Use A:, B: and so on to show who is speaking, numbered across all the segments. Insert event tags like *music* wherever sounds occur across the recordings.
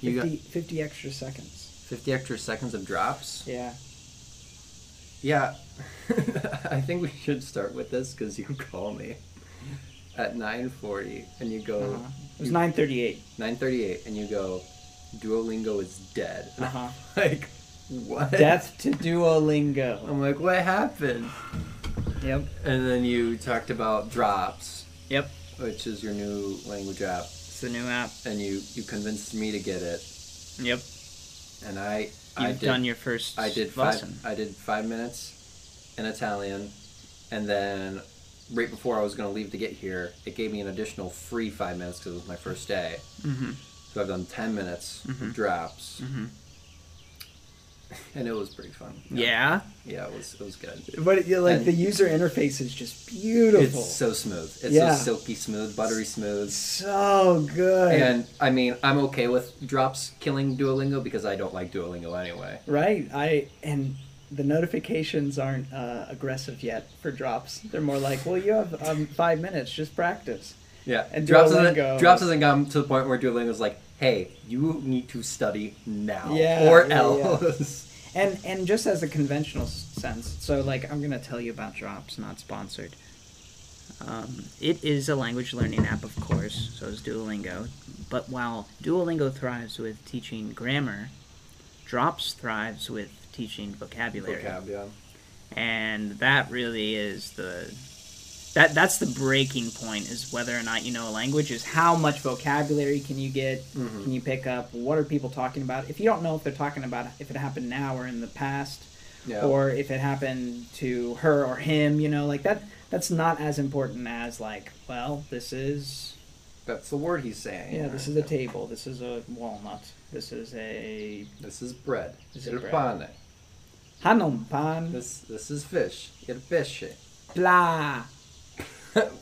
A: you got
B: 50, 50 extra seconds.
A: 50 extra seconds of drops.
B: Yeah.
A: Yeah, *laughs* I think we should start with this because you *laughs* call me at 9:40 and you go
B: Uh-huh. It was 938.
A: 9:38 and you go Duolingo is dead. *laughs* And I'm
B: *laughs* Uh-huh.
A: Like what?
B: Death to Duolingo.
A: I'm like what happened?
B: Yep.
A: And then you talked about drops,
B: Yep.
A: which is your new language app,
B: It's the new app.
A: and you you convinced me to get it,
B: Yep.
A: and I I
B: You've
A: did
B: done your first
A: I did five.
B: lesson.
A: I did five minutes in Italian, and then right before I was going to leave to get here, it gave me an additional free five minutes because it was my first day.
B: Mm-hmm.
A: So I've done ten minutes of
B: Mhm.
A: drops,
B: Mm-hmm.
A: *laughs* and it was pretty fun.
B: Yeah.
A: yeah, it was it was good.
B: But yeah, like
A: And-
B: the user interface is just beautiful.
A: It's so smooth. It's
B: Yeah.
A: so silky smooth, buttery smooth.
B: so good.
A: And I mean, I'm okay with drops killing Duolingo because I don't like Duolingo anyway.
B: Right. I and the notifications aren't uh, aggressive yet for drops. They're more like, well, you have um, five minutes. Just practice.
A: Yeah,
B: And
A: drops
B: Duolingo-
A: hasn't drops hasn't come to the point where Duolingo's like, "Hey, you need to study now,
B: Yeah,
A: or
B: yeah,
A: else." *laughs*
B: And and just as a conventional s- sense, so like I'm gonna tell you about Drops, not sponsored. Um, it is a language learning app, of course, so is Duolingo. But while Duolingo thrives with teaching grammar, Drops thrives with teaching vocabulary,
A: Vocab, yeah.
B: and that really is the that that's the breaking point is whether or not you know a language is how much vocabulary can you get
A: Mhm.
B: can you pick up what are people talking about if you don't know if they're talking about if it happened now or in the past
A: Yeah.
B: or if it happened to her or him you know like that that's not as important as like well this is
A: That's the word he's saying.
B: yeah this is a table this is a walnut this is a
A: This is bread.
B: This is
A: Il
B: bread.
A: pane.
B: hanom pan
A: This this is fish. Il *laughs* pesce.
B: blah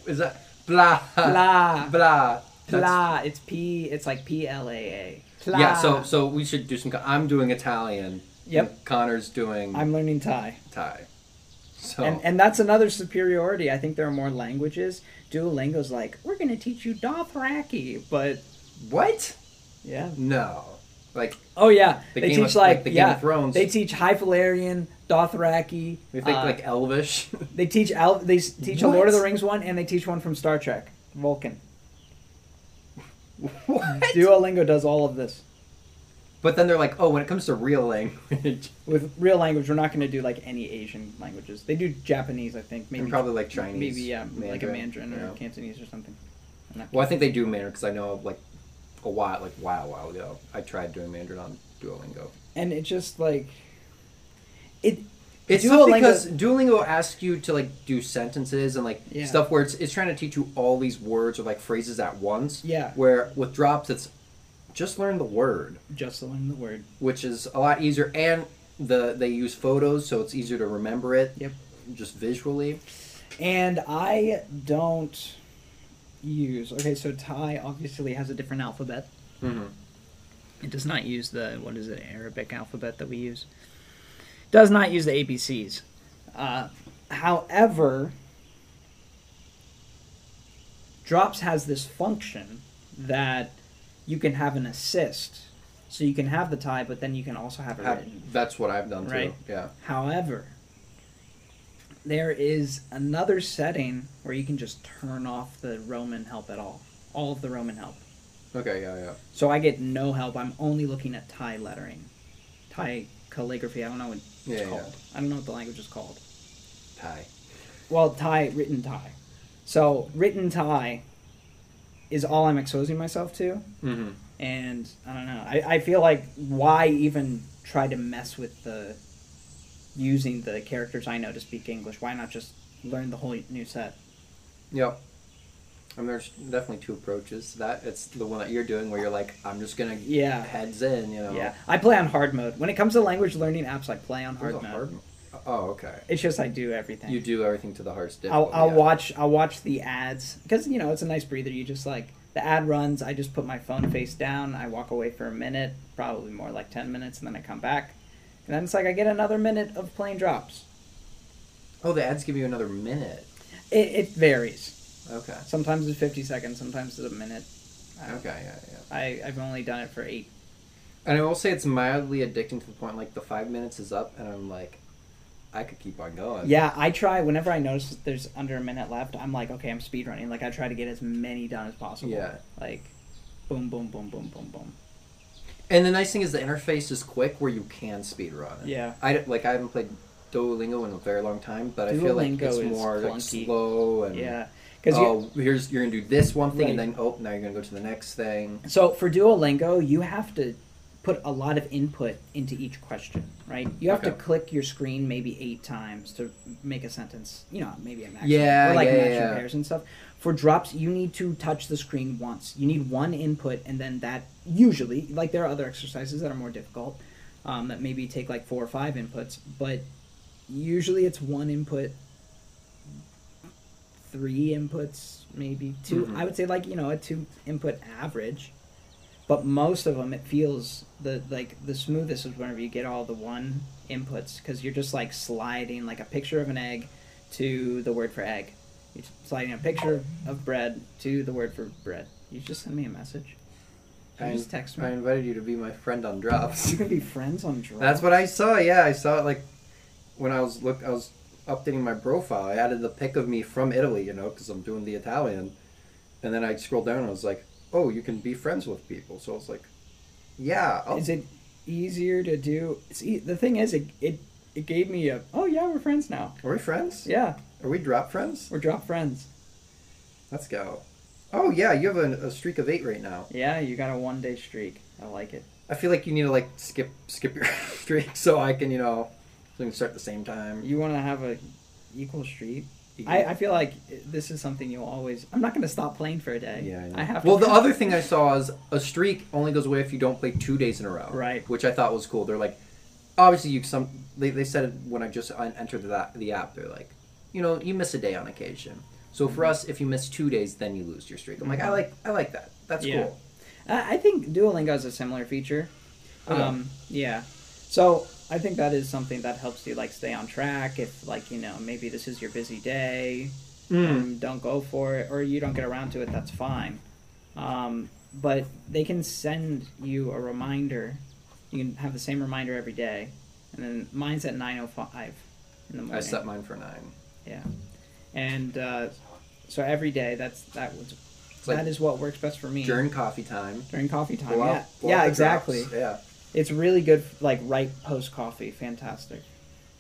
A: is that blah
B: blah
A: blah That's-
B: pla it's p it's like p l a a
A: Yeah. So so we should do some. co- I'm doing Italian.
B: Yep.
A: and Connor's doing
B: i'm learning thai
A: Thai. So
B: And, and that's another superiority. I think there are more languages. Duolingo's like, we're going to teach you Dothraki, but
A: what?
B: yeah.
A: No. Like
B: Oh yeah,
A: The
B: they
A: Game
B: teach
A: of-
B: like,
A: like the Game
B: yeah,
A: of Thrones.
B: They teach High Valerian, Dothraki.
A: we think
B: uh,
A: like Elvish. *laughs*
B: they teach Al- they s- teach a Lord
A: What?
B: of the Rings one, and they teach one from Star Trek, Vulcan.
A: what?
B: Duolingo does all of this
A: But then they're like, oh, when it comes to real language, *laughs*
B: with real language. We're not going to do like any Asian languages. They do Japanese, I think, maybe
A: and probably like Chinese.
B: maybe yeah, like a Mandarin or
A: yeah.
B: Cantonese or something. I'm not-
A: Well, I think they do Mandarin because I know like a while, like a while, while ago, I tried doing Mandarin on Duolingo.
B: And it just like it.
A: It's
B: Duolingo-
A: tough because Duolingo asks you to like do sentences and like
B: Yeah.
A: stuff where it's it's trying to teach you all these words or like phrases at once.
B: Yeah.
A: Where with drops, it's just learn the word,
B: Just to learn the word.
A: which is a lot easier, and the they use photos, so it's easier to remember it.
B: Yep.
A: Just visually.
B: And I don't use. Okay, so Thai obviously has a different alphabet.
A: Mm-hmm.
B: It does not use the what is it Arabic alphabet that we use. Does not use the ABCs. Uh, however, Drops has this function that you can have an assist, so you can have the Thai, but then you can also have it written.
A: That's what I've done too.
B: Right.
A: Yeah.
B: However, there is another setting where you can just turn off the Roman help at all. All of the Roman help.
A: Okay. Yeah. Yeah.
B: So I get no help. I'm only looking at Thai lettering. Thai calligraphy. I don't know what it's
A: Yeah, yeah.
B: called. I don't know what the language is called.
A: Thai.
B: Well, Thai, written Thai. So written Thai is all I'm exposing myself to.
A: Mm-hmm.
B: and I don't know. I, I feel like why even try to mess with the using the characters I know to speak English? Why not just learn the whole new set?
A: Yep. And there's definitely two approaches to that. It's the one that you're doing where you're like, I'm just gonna
B: Yeah.
A: heads in, you know.
B: Yeah, I play on hard mode. When it comes to language learning apps, I play on
A: There's
B: hard
A: a
B: mode.
A: hard Oh, okay.
B: It's just I do everything.
A: You do everything to the hard stick.
B: I'll,
A: but
B: I'll
A: yeah.
B: watch I'll watch the ads because you know it's a nice breather. You just like the ad runs. I just put my phone face down. I walk away for a minute, probably more like ten minutes, and then I come back. And then it's like I get another minute of playing drops.
A: Oh, the ads give you another minute.
B: It, it varies.
A: Okay.
B: Sometimes it's 50 seconds, sometimes it's a minute. I,
A: Okay. Yeah. Yeah.
B: I, I've only done it for eight.
A: And I will say it's mildly addicting to the point like the five minutes is up and I'm like, I could keep on going.
B: Yeah, I try whenever I notice that there's under a minute left. I'm like, okay, I'm speed running. Like I try to get as many done as possible.
A: Yeah.
B: Like, boom, boom, boom, boom, boom, boom.
A: And the nice thing is the interface is quick where you can speed run. it.
B: Yeah.
A: I don't- like I haven't played Duolingo in a very long time, but I feel like
B: Duolingo
A: it's
B: is
A: more like
B: clunky.
A: slow and
B: Yeah. Because
A: Um, oh here's you're gonna do this one thing and
B: Right.
A: then oh now you're gonna go to the next thing.
B: So for Duolingo, you have to put a lot of input into each question, right? You have to
A: Okay.
B: click your screen maybe eight times to make a sentence. You know, maybe a maximum
A: Yeah,
B: or like
A: yeah,
B: matching
A: yeah.
B: pairs and stuff. For drops, you need to touch the screen once. You need one input, and then that usually, like there are other exercises that are more difficult, um, that maybe take like four or five inputs, but usually it's one input three inputs, maybe 2
A: Mhm.
B: I would say like you know a two input average, but most of them it feels the like the smoothest is whenever you get all the one inputs because you're just like sliding like a picture of an egg to the word for egg. You're just sliding a picture of bread to the word for bread. You just send me a message. You
A: I,
B: just text me.
A: I invited you to be my friend on drops. *laughs*
B: You can be friends on Drive.
A: That's what I saw. Yeah, I saw it like when I was look I was updating my profile. I added the pic of me from Italy, you know, because I'm doing the Italian. And then I scrolled down and I was like, oh, you can be friends with people. So I was like, yeah, oh, I'll,
B: is it easier to do? See, the thing is, it it it gave me a oh yeah we're friends now.
A: are we friends?
B: Yeah,
A: Are we drop friends?
B: we're drop friends.
A: Let's go. Oh yeah, you have a, a streak of eight right now.
B: Yeah, you got a one day streak. I like it.
A: I feel like you need to like skip skip your *laughs* streak so I can you know so we can start at the same time.
B: You want to have a equal streak. I, I feel like this is something you'll always. I'm not going to stop playing for a day.
A: Yeah, I, know.
B: I have.
A: Well,
B: to,
A: the other thing I saw is a streak only goes away if you don't play two days in a row.
B: Right.
A: Which I thought was cool. They're like, obviously you some they, they said it when I just un- entered the, the app. They're like, you know, you miss a day on occasion. So
B: Mm-hmm.
A: for us, if you miss two days, then you lose your streak. I'm like, I like I like that. That's
B: Yeah.
A: cool.
B: I I think Duolingo is a similar feature.
A: Okay.
B: Um, yeah. So I think that is something that helps you like stay on track. If like you know maybe this is your busy day,
A: Hmm.
B: um, don't go for it, or you don't get around to it, that's fine. Um, but they can send you a reminder. You can have the same reminder every day, and then mine's at nine oh five in the morning.
A: I set mine for nine.
B: Yeah, and uh, so every day that's that was
A: It's like
B: that is what works best for me
A: during coffee time.
B: during coffee time.
A: blow out-
B: Oh, yeah,
A: blow out
B: yeah,
A: the
B: exactly.
A: drops. Yeah.
B: It's really good, like right post coffee. Fantastic.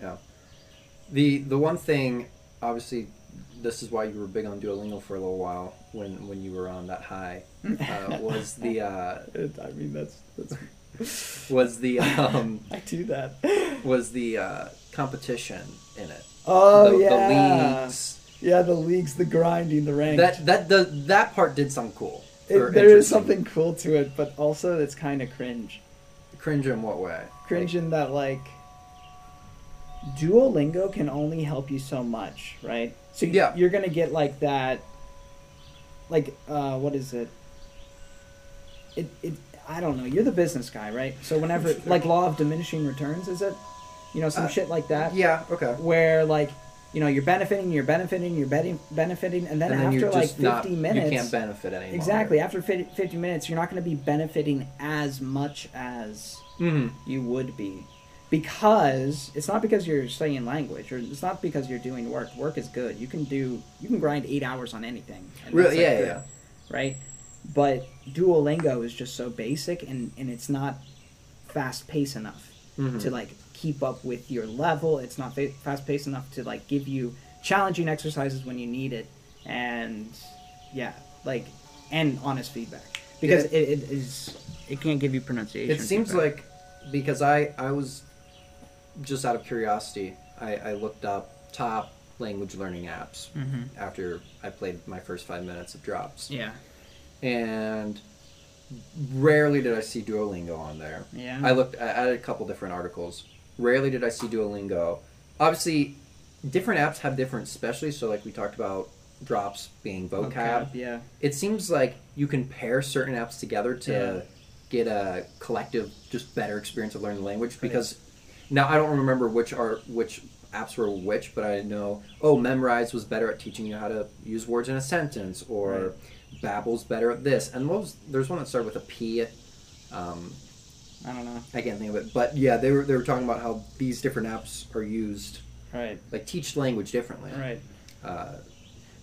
A: Yeah. The the one thing, obviously, this is why you were big on Duolingo for a little while when when you were on that high,
B: *laughs*
A: uh, was the uh,
B: I mean, that's
A: *laughs*
B: that's
A: was the um,
B: I do that.
A: was the uh, competition in it.
B: *laughs* Oh
A: the,
B: yeah,
A: The leagues.
B: yeah, the leagues, the grinding, the rank.
A: That that the that part did sound cool. or
B: It, there is
A: interesting.
B: something cool to it, but also it's kind of cringe.
A: cringe in what way?
B: Cringe in that like Duolingo can only help you so much, right? So you-
A: Yeah.
B: you're gonna get like that, like uh, what is it? It it I don't know. You're the business guy, right? So whenever like law of diminishing returns, is it? You know, some
A: Uh,
B: shit like that.
A: Yeah. Okay.
B: Where like. You know, you're benefiting, you're benefiting, you're betting, benefiting, and then
A: and then
B: after
A: you're
B: like
A: just
B: 50
A: not.
B: minutes,
A: you can't benefit anymore.
B: Exactly. After 50, 50 minutes, you're not going to be benefiting as much as
A: hmm
B: you would be. Because it's not because you're studying language or it's not because you're doing work. Work is good. You can do you can grind 8 hours on anything. and
A: Really?
B: that's,
A: Yeah.
B: like,
A: yeah,
B: good,
A: yeah.
B: Right? But Duolingo is just so basic and and it's not fast paced enough
A: Mhm.
B: to like keep up with your level. It's not fa- fast paced enough to like give you challenging exercises when you need it, and yeah, like and honest feedback because
A: It-
B: it, it is it can't give you pronunciation.
A: It seems
B: feedback.
A: like because I I was just out of curiosity, I, I looked up top language learning apps after I played my first five minutes of drops,
B: Mm-hmm. yeah,
A: and rarely did I see Duolingo on there.
B: yeah.
A: I looked I added a couple different articles. Rarely did I see Duolingo. Obviously, different apps have different specialties. So like we talked about drops being
B: Oh,
A: vocab.
B: yeah,
A: It seems like you can pair certain apps together to
B: Yeah.
A: get a collective, just better experience of learning the language. Because now I don't remember which are which apps were which, but I know oh, Memrise was better at teaching you how to use words in a sentence, or
B: Right.
A: Babbel's better at this. And what was, there's one that started with a P. Um,
B: I don't know.
A: I can't think of it, but yeah, they were they were talking about how these different apps are used,
B: Right.
A: like teach language differently.
B: Right.
A: Uh,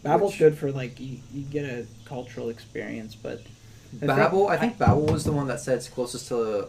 B: Babbel's
A: Which-
B: good for like you, you get a cultural experience, but I think-
A: Babbel, I think Babbel was the one that said it's closest to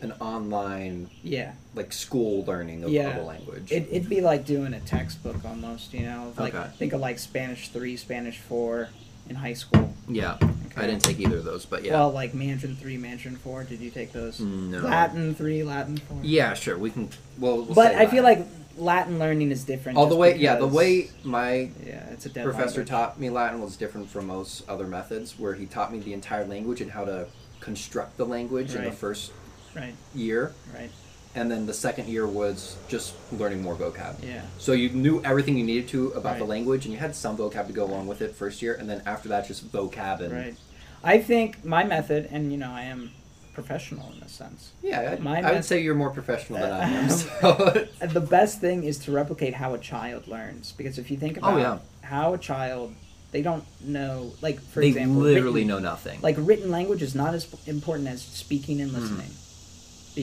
A: an online
B: yeah,
A: like school learning of,
B: Yeah.
A: of a language.
B: it, it'd be like doing a textbook almost, you know, of, like
A: Okay.
B: think of like Spanish three, Spanish four in high school.
A: yeah,
B: Okay.
A: I didn't take either of those, but yeah,
B: Well, like Mandarin three, Mandarin four. Did you take those?
A: No.
B: Latin three, Latin four.
A: yeah, sure, we can. Well, we'll
B: but
A: say
B: I feel
A: Latin.
B: like Latin learning is different.
A: all the
B: just
A: way, yeah, the
B: because-
A: way my
B: Yeah, it's a dead
A: professor
B: language.
A: taught me Latin was different from most other methods, where he taught me the entire language and how to construct the language in the
B: Right.
A: first
B: Right.
A: year,
B: Right.
A: and then the second year was just learning more vocab.
B: Yeah.
A: So you knew everything you needed to about the
B: Right.
A: language, and you had some vocab to go along with it first year, and then after that, just vocab and
B: Right. I think my method, and you know, I am professional in this sense.
A: yeah. I,
B: My
A: I would
B: meth-
A: say you're more professional than I
B: *laughs*
A: am.
B: Um,
A: So.
B: the best thing is to replicate how a child learns because if you think
A: Oh,
B: about
A: yeah.
B: how a child they don't know like for
A: *laughs* they
B: example
A: literally
B: written,
A: know nothing.
B: like written language is not as important as speaking and
A: Mm-hmm.
B: listening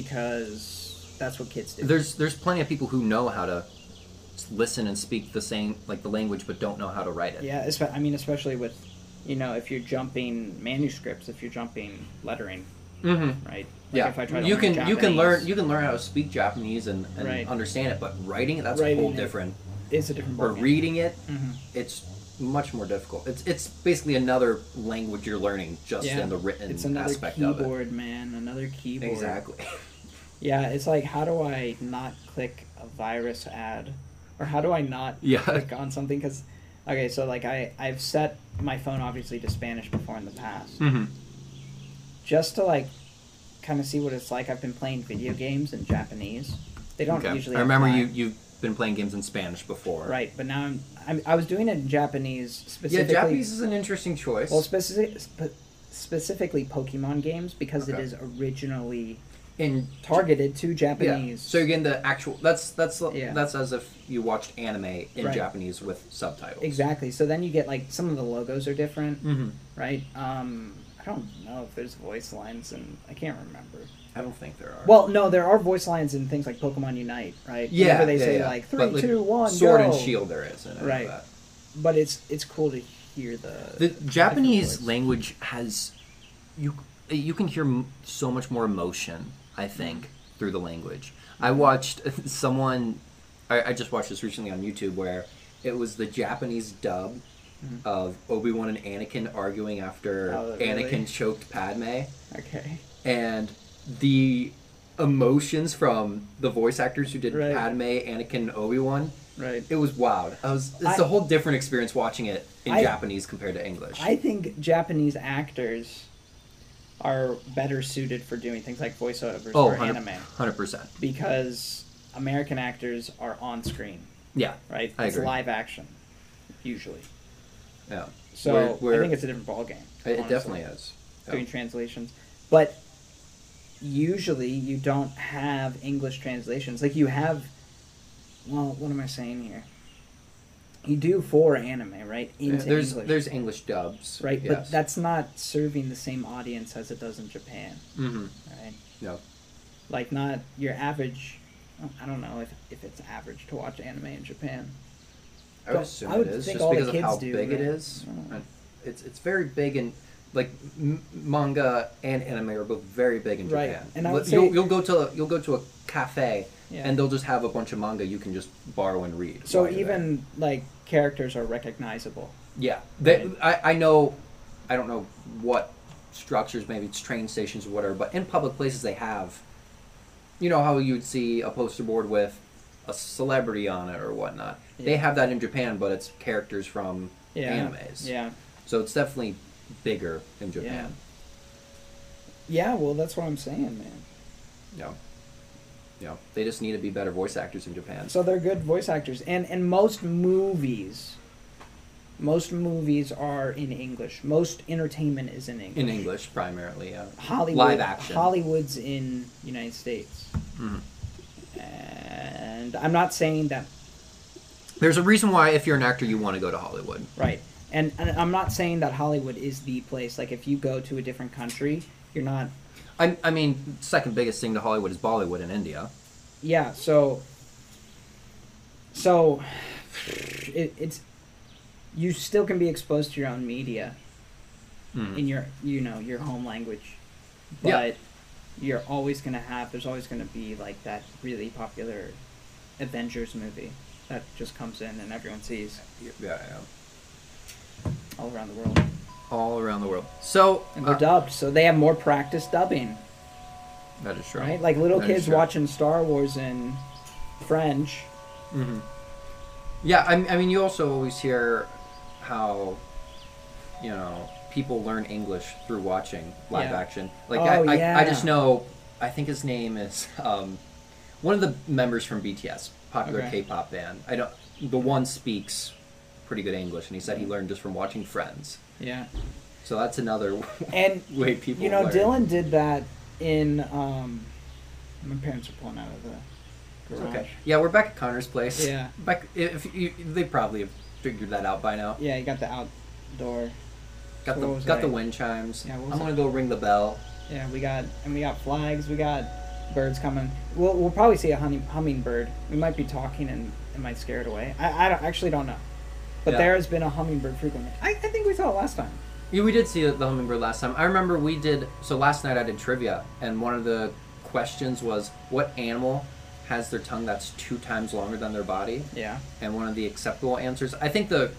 B: because that's what kids do
A: there's there's plenty of people who know how to s- listen and speak the same like the language, but don't know how to write it.
B: yeah espe- i mean especially with you know if you're jumping manuscripts if you're jumping lettering
A: Mm-hmm.
B: right like
A: yeah,
B: if i try to
A: you
B: learn
A: can you can learn
B: Japanese,
A: you can learn how to speak Japanese and, and
B: Right.
A: understand it, but writing it that's a
B: Writing
A: whole
B: it.
A: different.
B: it's a different
A: Or
B: ballgame.
A: reading it,
B: Mhm.
A: it's much more difficult. It's it's basically another language you're learning just
B: Yeah.
A: in the written
B: it's another
A: aspect of
B: keyboard man another
A: it.
B: keyboard
A: Exactly.
B: Yeah, it's like how do I not click a virus ad, or how do I not
A: *laughs* Yeah. *laughs*
B: click on something? Because okay, so like I I've set my phone obviously to Spanish before in the past,
A: Mm-hmm.
B: just to like kind of see what it's like. I've been playing video games in Japanese. They don't
A: Okay.
B: usually.
A: I remember
B: apply.
A: you you've been playing games in Spanish before.
B: Right, but now I'm, I'm I was doing it in Japanese
A: Yeah,
B: specifically.
A: Japanese is an interesting choice.
B: Well, specific, spe- specifically Pokemon games because it
A: Okay.
B: is originally
A: in
B: targeted to
A: Yeah.
B: Japanese.
A: So you're getting the actual. That's that's
B: Yeah.
A: that's as if you watched anime in
B: Right.
A: Japanese with subtitles.
B: Exactly. So then you get like some of the logos are different,
A: Mhm.
B: right? Um, I don't know if there's voice lines, and I can't remember.
A: I don't think there are.
B: Well, no, there are voice lines in things like Pokemon Unite, right?
A: yeah,
B: Whenever they
A: yeah,
B: say
A: yeah.
B: like
A: But,
B: three, two, one,
A: Sword
B: go.
A: and Shield, there is. and I know
B: Right.
A: that.
B: But it's it's cool to hear the
A: The Japanese
B: voice.
A: language has you you can hear m- so much more emotion. I think through the language. I
B: Mm-hmm.
A: watched *laughs* someone. I, I just watched this recently on YouTube where it was the Japanese dub of Obi Wan and Anakin arguing after
B: Mm-hmm. Oh, really?
A: Anakin choked Padme.
B: Okay.
A: and the emotions from the voice actors who did
B: Right.
A: Padme, Anakin, and Obi Wan.
B: Right.
A: It was wild. I was. It's
B: I-
A: a whole different experience watching it in
B: I-
A: Japanese compared to English.
B: I think Japanese actors are better suited for doing things like voiceovers
A: oh,
B: or
A: 100
B: anime
A: percent.
B: because American actors are on screen,
A: Yeah,
B: right?
A: I
B: it's
A: agree.
B: live action usually.
A: yeah.
B: So
A: We're- we're-
B: I think it's a different ballgame.
A: it- it
B: honestly,
A: definitely is. Yeah.
B: doing translations, but usually you don't have English translations. Like you have, well, what am I saying here? You do for anime, right?
A: Yeah,
B: Into
A: there's
B: English,
A: there's English dubs,
B: right,
A: Yes.
B: but that's not serving the same audience as it does in Japan,
A: hmm
B: right?
A: Yeah.
B: Like not your average. I don't know if, if it's average to watch anime in Japan.
A: I would
B: But
A: assume
B: I would
A: it is
B: think
A: just
B: all the
A: because of
B: kids
A: how
B: do,
A: big it
B: right?
A: is.
B: I don't know.
A: And It's it's very big and like m- manga and anime are both very big in
B: Right.
A: Japan.
B: And I
A: Li-
B: would say-
A: you'll, you'll go to you'll go to a cafe
B: Yeah.
A: and they'll just have a bunch of manga you can just borrow and read.
B: So
A: while you're there.
B: even like characters are recognizable.
A: yeah, they,
B: Right.
A: I I know I don't know what structures maybe it's train stations or whatever, but in public places they have. You know how you'd see a poster board with a celebrity on it or whatnot. They
B: Yeah.
A: have that in Japan, but it's characters from
B: Yeah.
A: animes.
B: Yeah.
A: So it's definitely bigger in Japan.
B: Yeah, well, that's what I'm saying, man.
A: Yeah. yeah. They just need to be better voice actors in Japan.
B: So they're good voice actors, and and most movies, most movies are in English. Most entertainment is in English.
A: in English primarily, yeah.
B: Hollywood,
A: Live action.
B: Hollywood's in United States,
A: Mhm.
B: and I'm not saying that
A: There's a reason why if you're an actor you want to go to Hollywood.
B: right, and, and I'm not saying that Hollywood is the place. Like if you go to a different country, you're not.
A: I, I mean, second biggest thing to Hollywood is Bollywood in India.
B: yeah so so *sighs* it, it's you still can be exposed to your own media in your you know your home language but
A: Hmm. Yeah.
B: you're always going to have there's always going to be like that really popular avengers movie that just comes in and everyone sees
A: Yeah, yeah.
B: all around the world
A: All around the world. So
B: and they're
A: uh,
B: dubbed so they have more practice dubbing
A: that is true.
B: right like little
A: Oh, That is
B: kids
A: true.
B: watching star wars in french
A: Yeah, I, I mean, you also always hear how, you know, people learn English through watching live
B: Yeah.
A: action. Like,
B: Oh,
A: I, I, I
B: yeah.
A: just know, I think his name is um, one of the members from BTS, popular
B: Okay.
A: K-pop band. I don't. The one speaks pretty good English, and he said he
B: Mm-hmm.
A: learned just from watching Friends.
B: yeah
A: So that's another *laughs*
B: and
A: way people.
B: You know,
A: learn.
B: Dylan did that in. Um, my parents are pulling out of the
A: It's
B: garage.
A: Okay. Yeah, we're back at Connor's place.
B: Yeah.
A: Back if you, they probably have figured that out by now.
B: Yeah, you got the outdoor.
A: Got the
B: What was
A: got
B: that?
A: the wind chimes.
B: Yeah, what was
A: I'm
B: that?
A: gonna go ring the bell.
B: Yeah, we got and we got flags. We got birds coming. We'll, we'll probably see a humming, hummingbird. We might be talking and it might scare it away. I, I don't, actually don't know, but
A: Yeah.
B: there has been a hummingbird frequently. I, I think we saw it last time.
A: Yeah, we did see the hummingbird last time. I remember we did. So last night I did trivia, and one of the questions was, "What animal has their tongue that's two times longer than their body?"
B: Yeah.
A: And one of the acceptable answers, I think the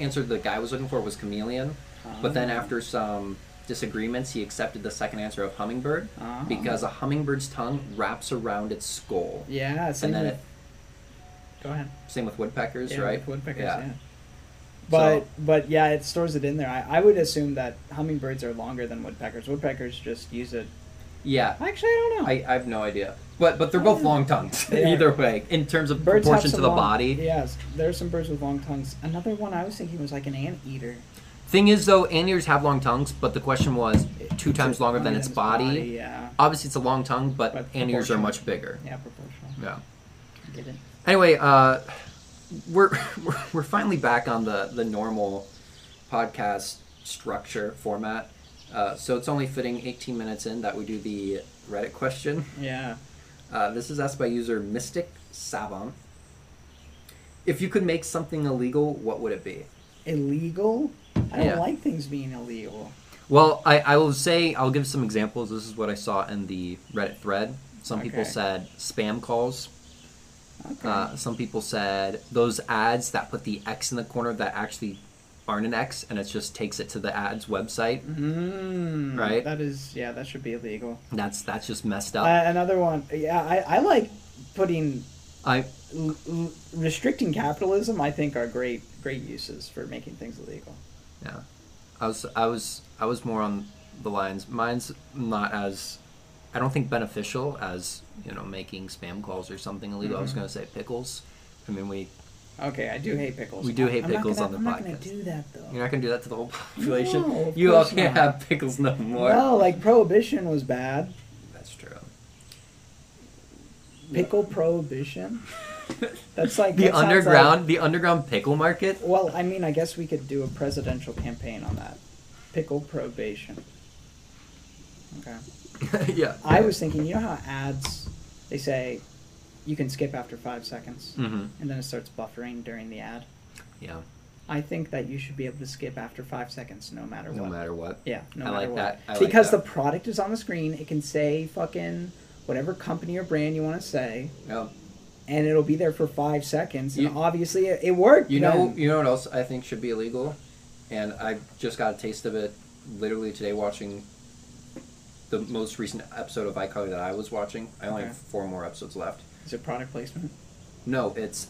A: answer the guy was looking for was chameleon, but then
B: Ah.
A: after some disagreements, he accepted the second answer of hummingbird
B: Ah.
A: because a hummingbird's tongue wraps around its skull.
B: Yeah. Same
A: And then
B: with,
A: it,
B: go ahead.
A: same with woodpeckers,
B: Yeah,
A: right?
B: with woodpeckers,
A: Yeah.
B: yeah. But
A: So-
B: but yeah, it stores it in there. I, I would assume that hummingbirds are longer than woodpeckers. Woodpeckers just use it.
A: Yeah,
B: Actually, I don't know.
A: I, I have no idea. But but they're both long tongues *laughs*
B: They are.
A: either way in terms of
B: birds have
A: proportion
B: some
A: to the
B: long-
A: body.
B: Yes, there are some birds with long tongues. Another one I was thinking was like an anteater.
A: Thing is though, anteaters have long tongues, but the question was two times longer than its body.
B: Yeah.
A: Obviously, it's a long tongue, but,
B: But
A: anteaters are
B: proportional.
A: much bigger.
B: Yeah, proportional.
A: Yeah.
B: I Get it.
A: Anyway, uh, we're, *laughs* we're we're finally back on the the normal podcast structure format. Uh, so it's only fitting 18 minutes in that we do the Reddit question.
B: Yeah.
A: Uh, this is asked by user Mystic Savant. If you could make something illegal, what would it be?
B: Illegal? I don't
A: Yeah.
B: like things being illegal.
A: Well, I, I will say, I'll give some examples. This is what I saw in the Reddit thread. Some people
B: Okay.
A: said spam calls.
B: Okay.
A: Uh, some people said those ads that put the X in the corner that actually aren't an X and it just takes it to the ads website.
B: Mm,
A: right.
B: That is, yeah, that should be illegal.
A: That's that's just messed up.
B: Uh, another one. Yeah, I, I like putting
A: I
B: l- l- restricting capitalism i think are great great uses for making things illegal
A: yeah, I was I was I was more on the lines. Mine's not as I don't think beneficial as you know making spam calls or something illegal. I was
B: Mm-hmm.
A: going to say pickles. I mean we
B: okay i do hate pickles
A: We do hate
B: I'm not
A: pickles
B: gonna-
A: on the
B: i'm not
A: podcast.
B: gonna do that though
A: You're not gonna do that to the whole population.
B: No, of
A: you all
B: course
A: can't
B: not.
A: have pickles no more.
B: no like prohibition was bad
A: That's true.
B: pickle
A: *laughs*
B: prohibition that's like
A: The
B: that sounds like-
A: underground, the underground pickle market. *laughs*
B: well i mean i guess we could do a presidential campaign on that pickle probation okay
A: yeah.
B: i was thinking you know how ads they say you can skip after five seconds
A: Mm-hmm.
B: and then it starts buffering during the ad
A: Yeah.
B: I think that you should be able to skip after five seconds, no matter
A: No
B: what.
A: matter what.
B: Yeah, no
A: I
B: matter
A: like
B: what.
A: that. I like
B: because
A: that.
B: the product is on the screen, it can say fucking whatever company or brand you want to say,
A: Yeah.
B: and it'll be there for five seconds. And
A: You-
B: obviously, it, it worked.
A: You know,
B: then.
A: you know what else I think should be illegal, and I just got a taste of it literally today watching the most recent episode of iCarly that I was watching. I only
B: Okay.
A: have four more episodes left.
B: is it product placement?
A: No, it's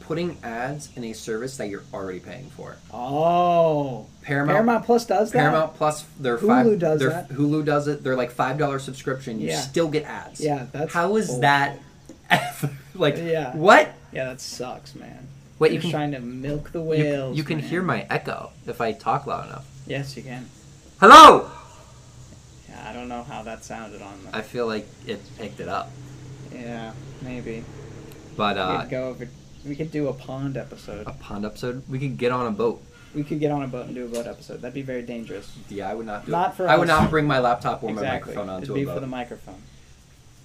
A: putting ads in a service that you're already paying for.
B: Oh, Paramount, Plus does that.
A: Paramount Plus, their
B: Hulu
A: five,
B: does
A: their,
B: that.
A: Hulu does it. They're like five dollar subscription. You
B: Yeah.
A: still get ads.
B: Yeah, that's
A: How is
B: bull-
A: that? *laughs* like
B: Yeah.
A: what?
B: Yeah, that sucks, man.
A: Wait,
B: You're
A: you can
B: trying to milk the
A: you,
B: whales.
A: you can
B: man.
A: hear my echo if I talk loud enough.
B: Yes, you can.
A: Hello.
B: Yeah, I don't know how that sounded on. The,
A: I feel like it picked it up,
B: yeah, maybe.
A: but
B: We
A: uh,
B: could go over We could do a pond episode.
A: A pond episode. We could get on a boat.
B: We could get on a boat and do a boat episode. That'd be very dangerous.
A: Yeah, I would not do.
B: Not
A: it.
B: for
A: I would
B: us.
A: not bring my laptop or my
B: exactly.
A: microphone onto
B: It'd be
A: a boat.
B: for the microphone.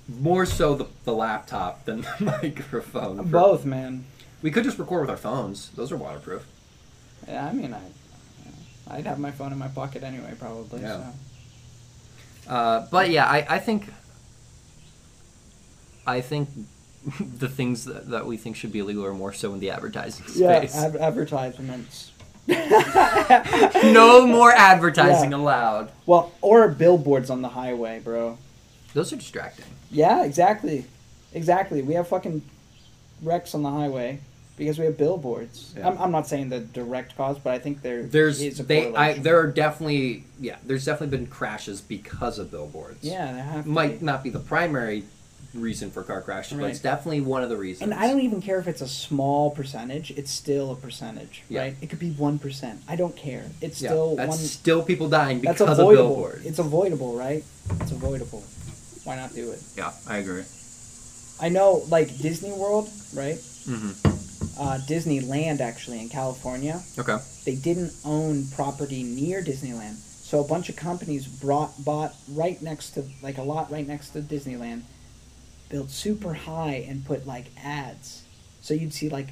A: More so the, the laptop than *laughs* the microphone. for-
B: Both, man.
A: We could just record with our phones. Those are waterproof.
B: Yeah, I mean, I, I'd have my phone in my pocket anyway, probably.
A: Yeah.
B: So.
A: Uh, but yeah, I, I think I think *laughs* the things that, that we think should be illegal are more so in the advertising
B: *laughs*
A: space.
B: advertisements.
A: *laughs* no more advertising
B: Yeah.
A: allowed.
B: Well, or billboards on the highway, bro.
A: Those are distracting.
B: Yeah, exactly. Exactly. We have fucking wrecks on the highway because we have billboards.
A: Yeah.
B: I'm, I'm not saying the direct cause, but I think there
A: There's
B: is a
A: they I,
B: correlation.
A: there are definitely yeah there's definitely been crashes because of billboards.
B: yeah, there have to
A: might
B: be.
A: not be the primary reason for car crashes, but it's
B: Right.
A: definitely one of the reasons.
B: And I don't even care if it's a small percentage; it's still a percentage,
A: Yeah.
B: right? It could be one percent. I don't care. It's
A: Yeah,
B: still
A: that's
B: one.
A: still people dying because
B: That's
A: of
B: avoidable.
A: billboards.
B: It's avoidable, right? It's avoidable. Why not do it?
A: yeah, I agree.
B: I know, like Disney World, right?
A: hmm
B: Uh, Disneyland, actually, in California,
A: Okay.
B: they didn't own property near Disneyland. So a bunch of companies brought bought right next to like a lot right next to Disneyland, built super high and put like ads. So you'd see like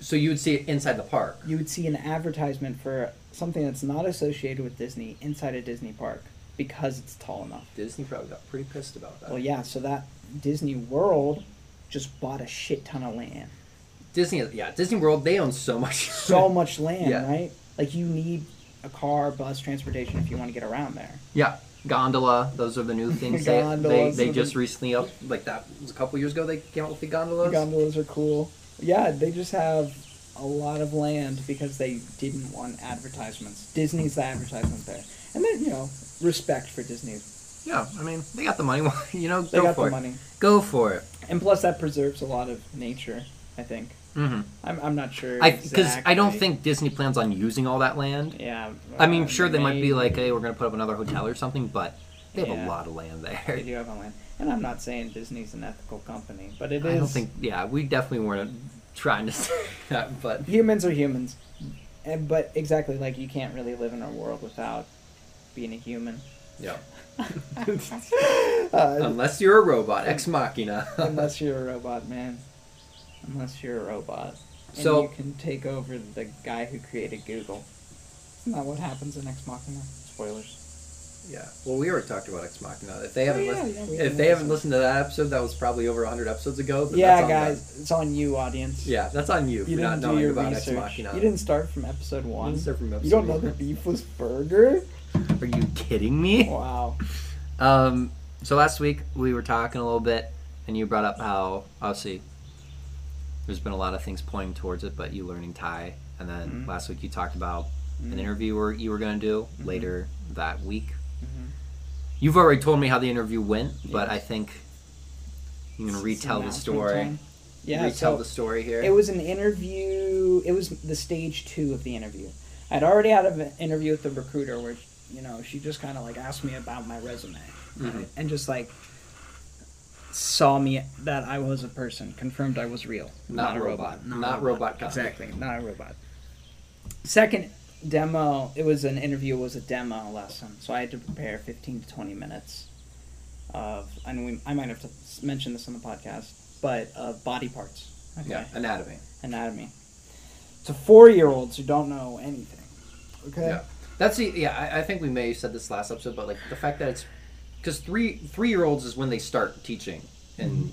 A: So you would see it inside the park.
B: you would see an advertisement for something that's not associated with Disney inside a Disney park because it's tall enough.
A: Disney probably got pretty pissed about that.
B: Well, Oh, yeah, so that Disney World just bought a shit ton of land.
A: Disney, yeah, Disney World, they own so much.
B: *laughs* So much land,
A: Yeah.
B: right? Like you need a car, bus, transportation if you want to get around there.
A: yeah, gondola. Those are the new things. they, they
B: Gondolas.
A: they just recently up like that was a couple years ago. They came out with the
B: The
A: gondolas.
B: gondolas are cool. Yeah, they just have a lot of land because they didn't want advertisements. Disney's the advertisement there. And then, you know, respect for Disney.
A: yeah, I mean they got the money. *laughs* you know,
B: They
A: go
B: got
A: for
B: the
A: it.
B: money.
A: Go for it.
B: And plus, that preserves a lot of nature, I think.
A: Mm-hmm.
B: I'm, I'm not sure.
A: I because I don't
B: exactly.
A: think Disney plans on using all that land.
B: Yeah.
A: I mean, sure they might
B: maybe.
A: be like, hey, we're gonna put up another hotel or something, but they have
B: Yeah.
A: a lot of land
B: They
A: there.
B: do have online. And I'm not saying Disney's an ethical company, but it is.
A: *laughs* I don't think. Yeah, we definitely weren't trying to *laughs* say that, but
B: humans are humans. And, but exactly, like you can't really live in a world without being a
A: *laughs*
B: human.
A: yeah.
B: Uh,
A: Unless you're a robot, ex machina.
B: *laughs*
A: *laughs*
B: unless you're a robot, man. Unless you're a robot. And
A: So-
B: you can take over the guy who created Google. Isn't that what happens in Ex Machina? Spoilers.
A: Yeah. Well, we already talked about Ex Machina. If they haven't,
B: yeah,
A: lis-
B: Oh, yeah, we
A: if
B: haven't
A: they haven't
B: listened.
A: listened to that episode, that was probably over 100 episodes ago. But that's
B: yeah,
A: on
B: guys,
A: them.
B: it's on you, audience.
A: Yeah, that's on you,
B: You
A: for not
B: didn't
A: knowing
B: do your
A: about Ex
B: research.
A: Machina.
B: You didn't start from episode one.
A: start from
B: you don't
A: episode
B: know the
A: one.
B: beefless burger?
A: Are you kidding me?
B: Wow.
A: Um. So last week we were talking a little bit, and you brought up how obviously there's been a lot of things pointing towards it, but you learning Thai, and then
B: Mhm.
A: last week you talked about an
B: Mhm.
A: interview were- you were going to do
B: Mhm.
A: later that week.
B: Mhm.
A: You've already told me how the interview went, but
B: Yes.
A: I think you can
B: It's
A: retell the
B: announcement
A: story.
B: time. Yeah,
A: retell
B: so
A: the story here.
B: it was an interview. It was the stage two of the interview. I'd already had an interview with the recruiter where, you know, she just kind of like asked me about my resume right?
A: Mhm.
B: and just like saw me that I was a person, confirmed I was real,
A: Not
B: not, a
A: robot.
B: robot,
A: Not
B: a
A: robot copy.
B: exactly, not a robot. Second demo, it was an interview, it was a demo lesson, so I had to prepare fifteen to twenty minutes of, and we, I might have to s- mention this on the podcast, but of body parts, okay,
A: yeah, anatomy.
B: anatomy, to four year olds who don't know anything, okay.
A: Yeah, that's the yeah. I, I think we may have said this last episode, but like the fact that it's because three three year olds is when they start teaching in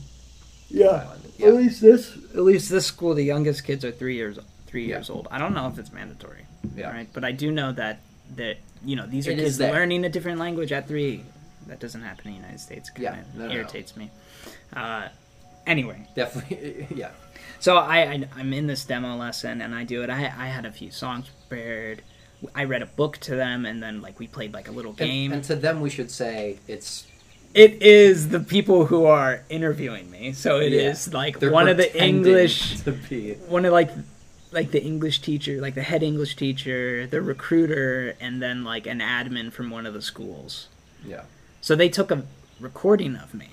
A: Thailand. Yeah.
B: least this, at least this school, the youngest kids are three years three
A: Yeah.
B: years old. I don't know if it's mandatory,
A: Yeah.
B: right? But I do know that that you know these are
A: It is
B: kids
A: there.
B: learning a different language at three. That doesn't happen in the United States. Kind
A: Yeah,
B: of
A: no, no, no.
B: irritates me. Uh, anyway,
A: Definitely, *laughs* yeah.
B: so I, I I'm in this demo lesson and I do it. I I had a few songs prepared. I read a book to them and then like we played like a little
A: And-
B: game.
A: And, to them, we should say it's
B: It is the people who are interviewing me. So it is
A: Yeah.
B: like
A: they're
B: one of the
A: pretending
B: English
A: to be.
B: one of like like the English teacher, like the head English teacher, the recruiter, and then like an admin from one of the *laughs* schools.
A: Yeah,
B: So they took a recording of me.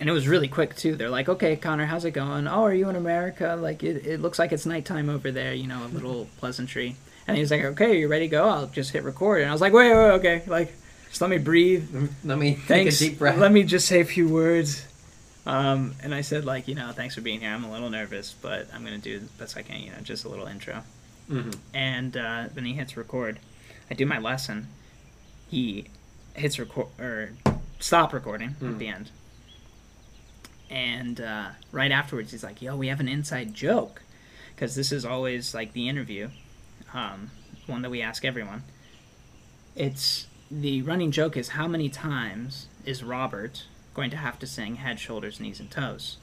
B: And it was really quick too. They're like, "Okay, Connor, how's it going? Oh, are you in America? Like, it, it looks like it's nighttime over there. You know, a
A: *laughs*
B: little pleasantry." And he was like, "Okay, you ready to go? I'll just hit record." And I was like, "Wait, wait, okay. Like, just let me breathe.
C: Let me
B: Thanks.
C: take a deep breath.
B: Let me just say a few words." Um, and I said, like, you know, thanks for being here. I'm a little nervous, but I'm gonna do the best I can. You know, just a little intro.
A: Mm-hmm.
C: Mhm.
B: And uh, then he hits record. I do my lesson. He hits record or stop recording at the end. And uh, right afterwards, he's like, "Yo, we have an inside joke," because this is always like the interview, um, one that we ask everyone. It's the running joke is how many times is Robert going to have to sing head, shoulders, knees, and toes?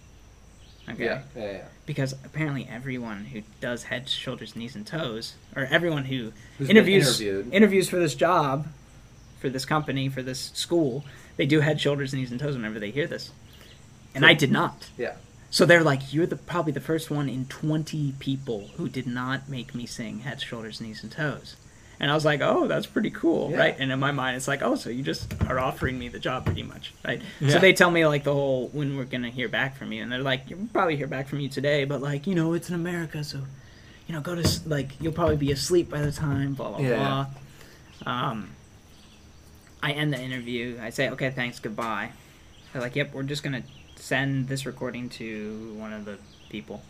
B: Okay
C: Yeah, yeah, yeah.
B: because apparently everyone who does head, shoulders, knees, and toes, or everyone who
C: Who's been
B: interviews
C: interviewed.
B: interviews for this job, for this company, for this school, they do head, shoulders, knees, and toes whenever they hear this. And I did not.
C: Yeah.
B: So they're like, "You're the probably the first one in 20 people who did not make me sing head, shoulders, knees, and toes." And I was like, "Oh, that's pretty cool,
C: Yeah.
B: right?" And in my mind, it's like, "Oh, so you just are offering me the job, pretty much, right?"
A: Yeah.
B: So they tell me like the whole when we're gonna hear back from you, and they're like, "You'll probably hear back from you today, but like you know, it's in America, so you know, go to s- like you'll probably be asleep by the time, blah blah
A: Yeah.
B: blah." Um, I end the interview. I say, "Okay, thanks, goodbye." They're like, "Yep, we're just gonna send this recording to one of the people,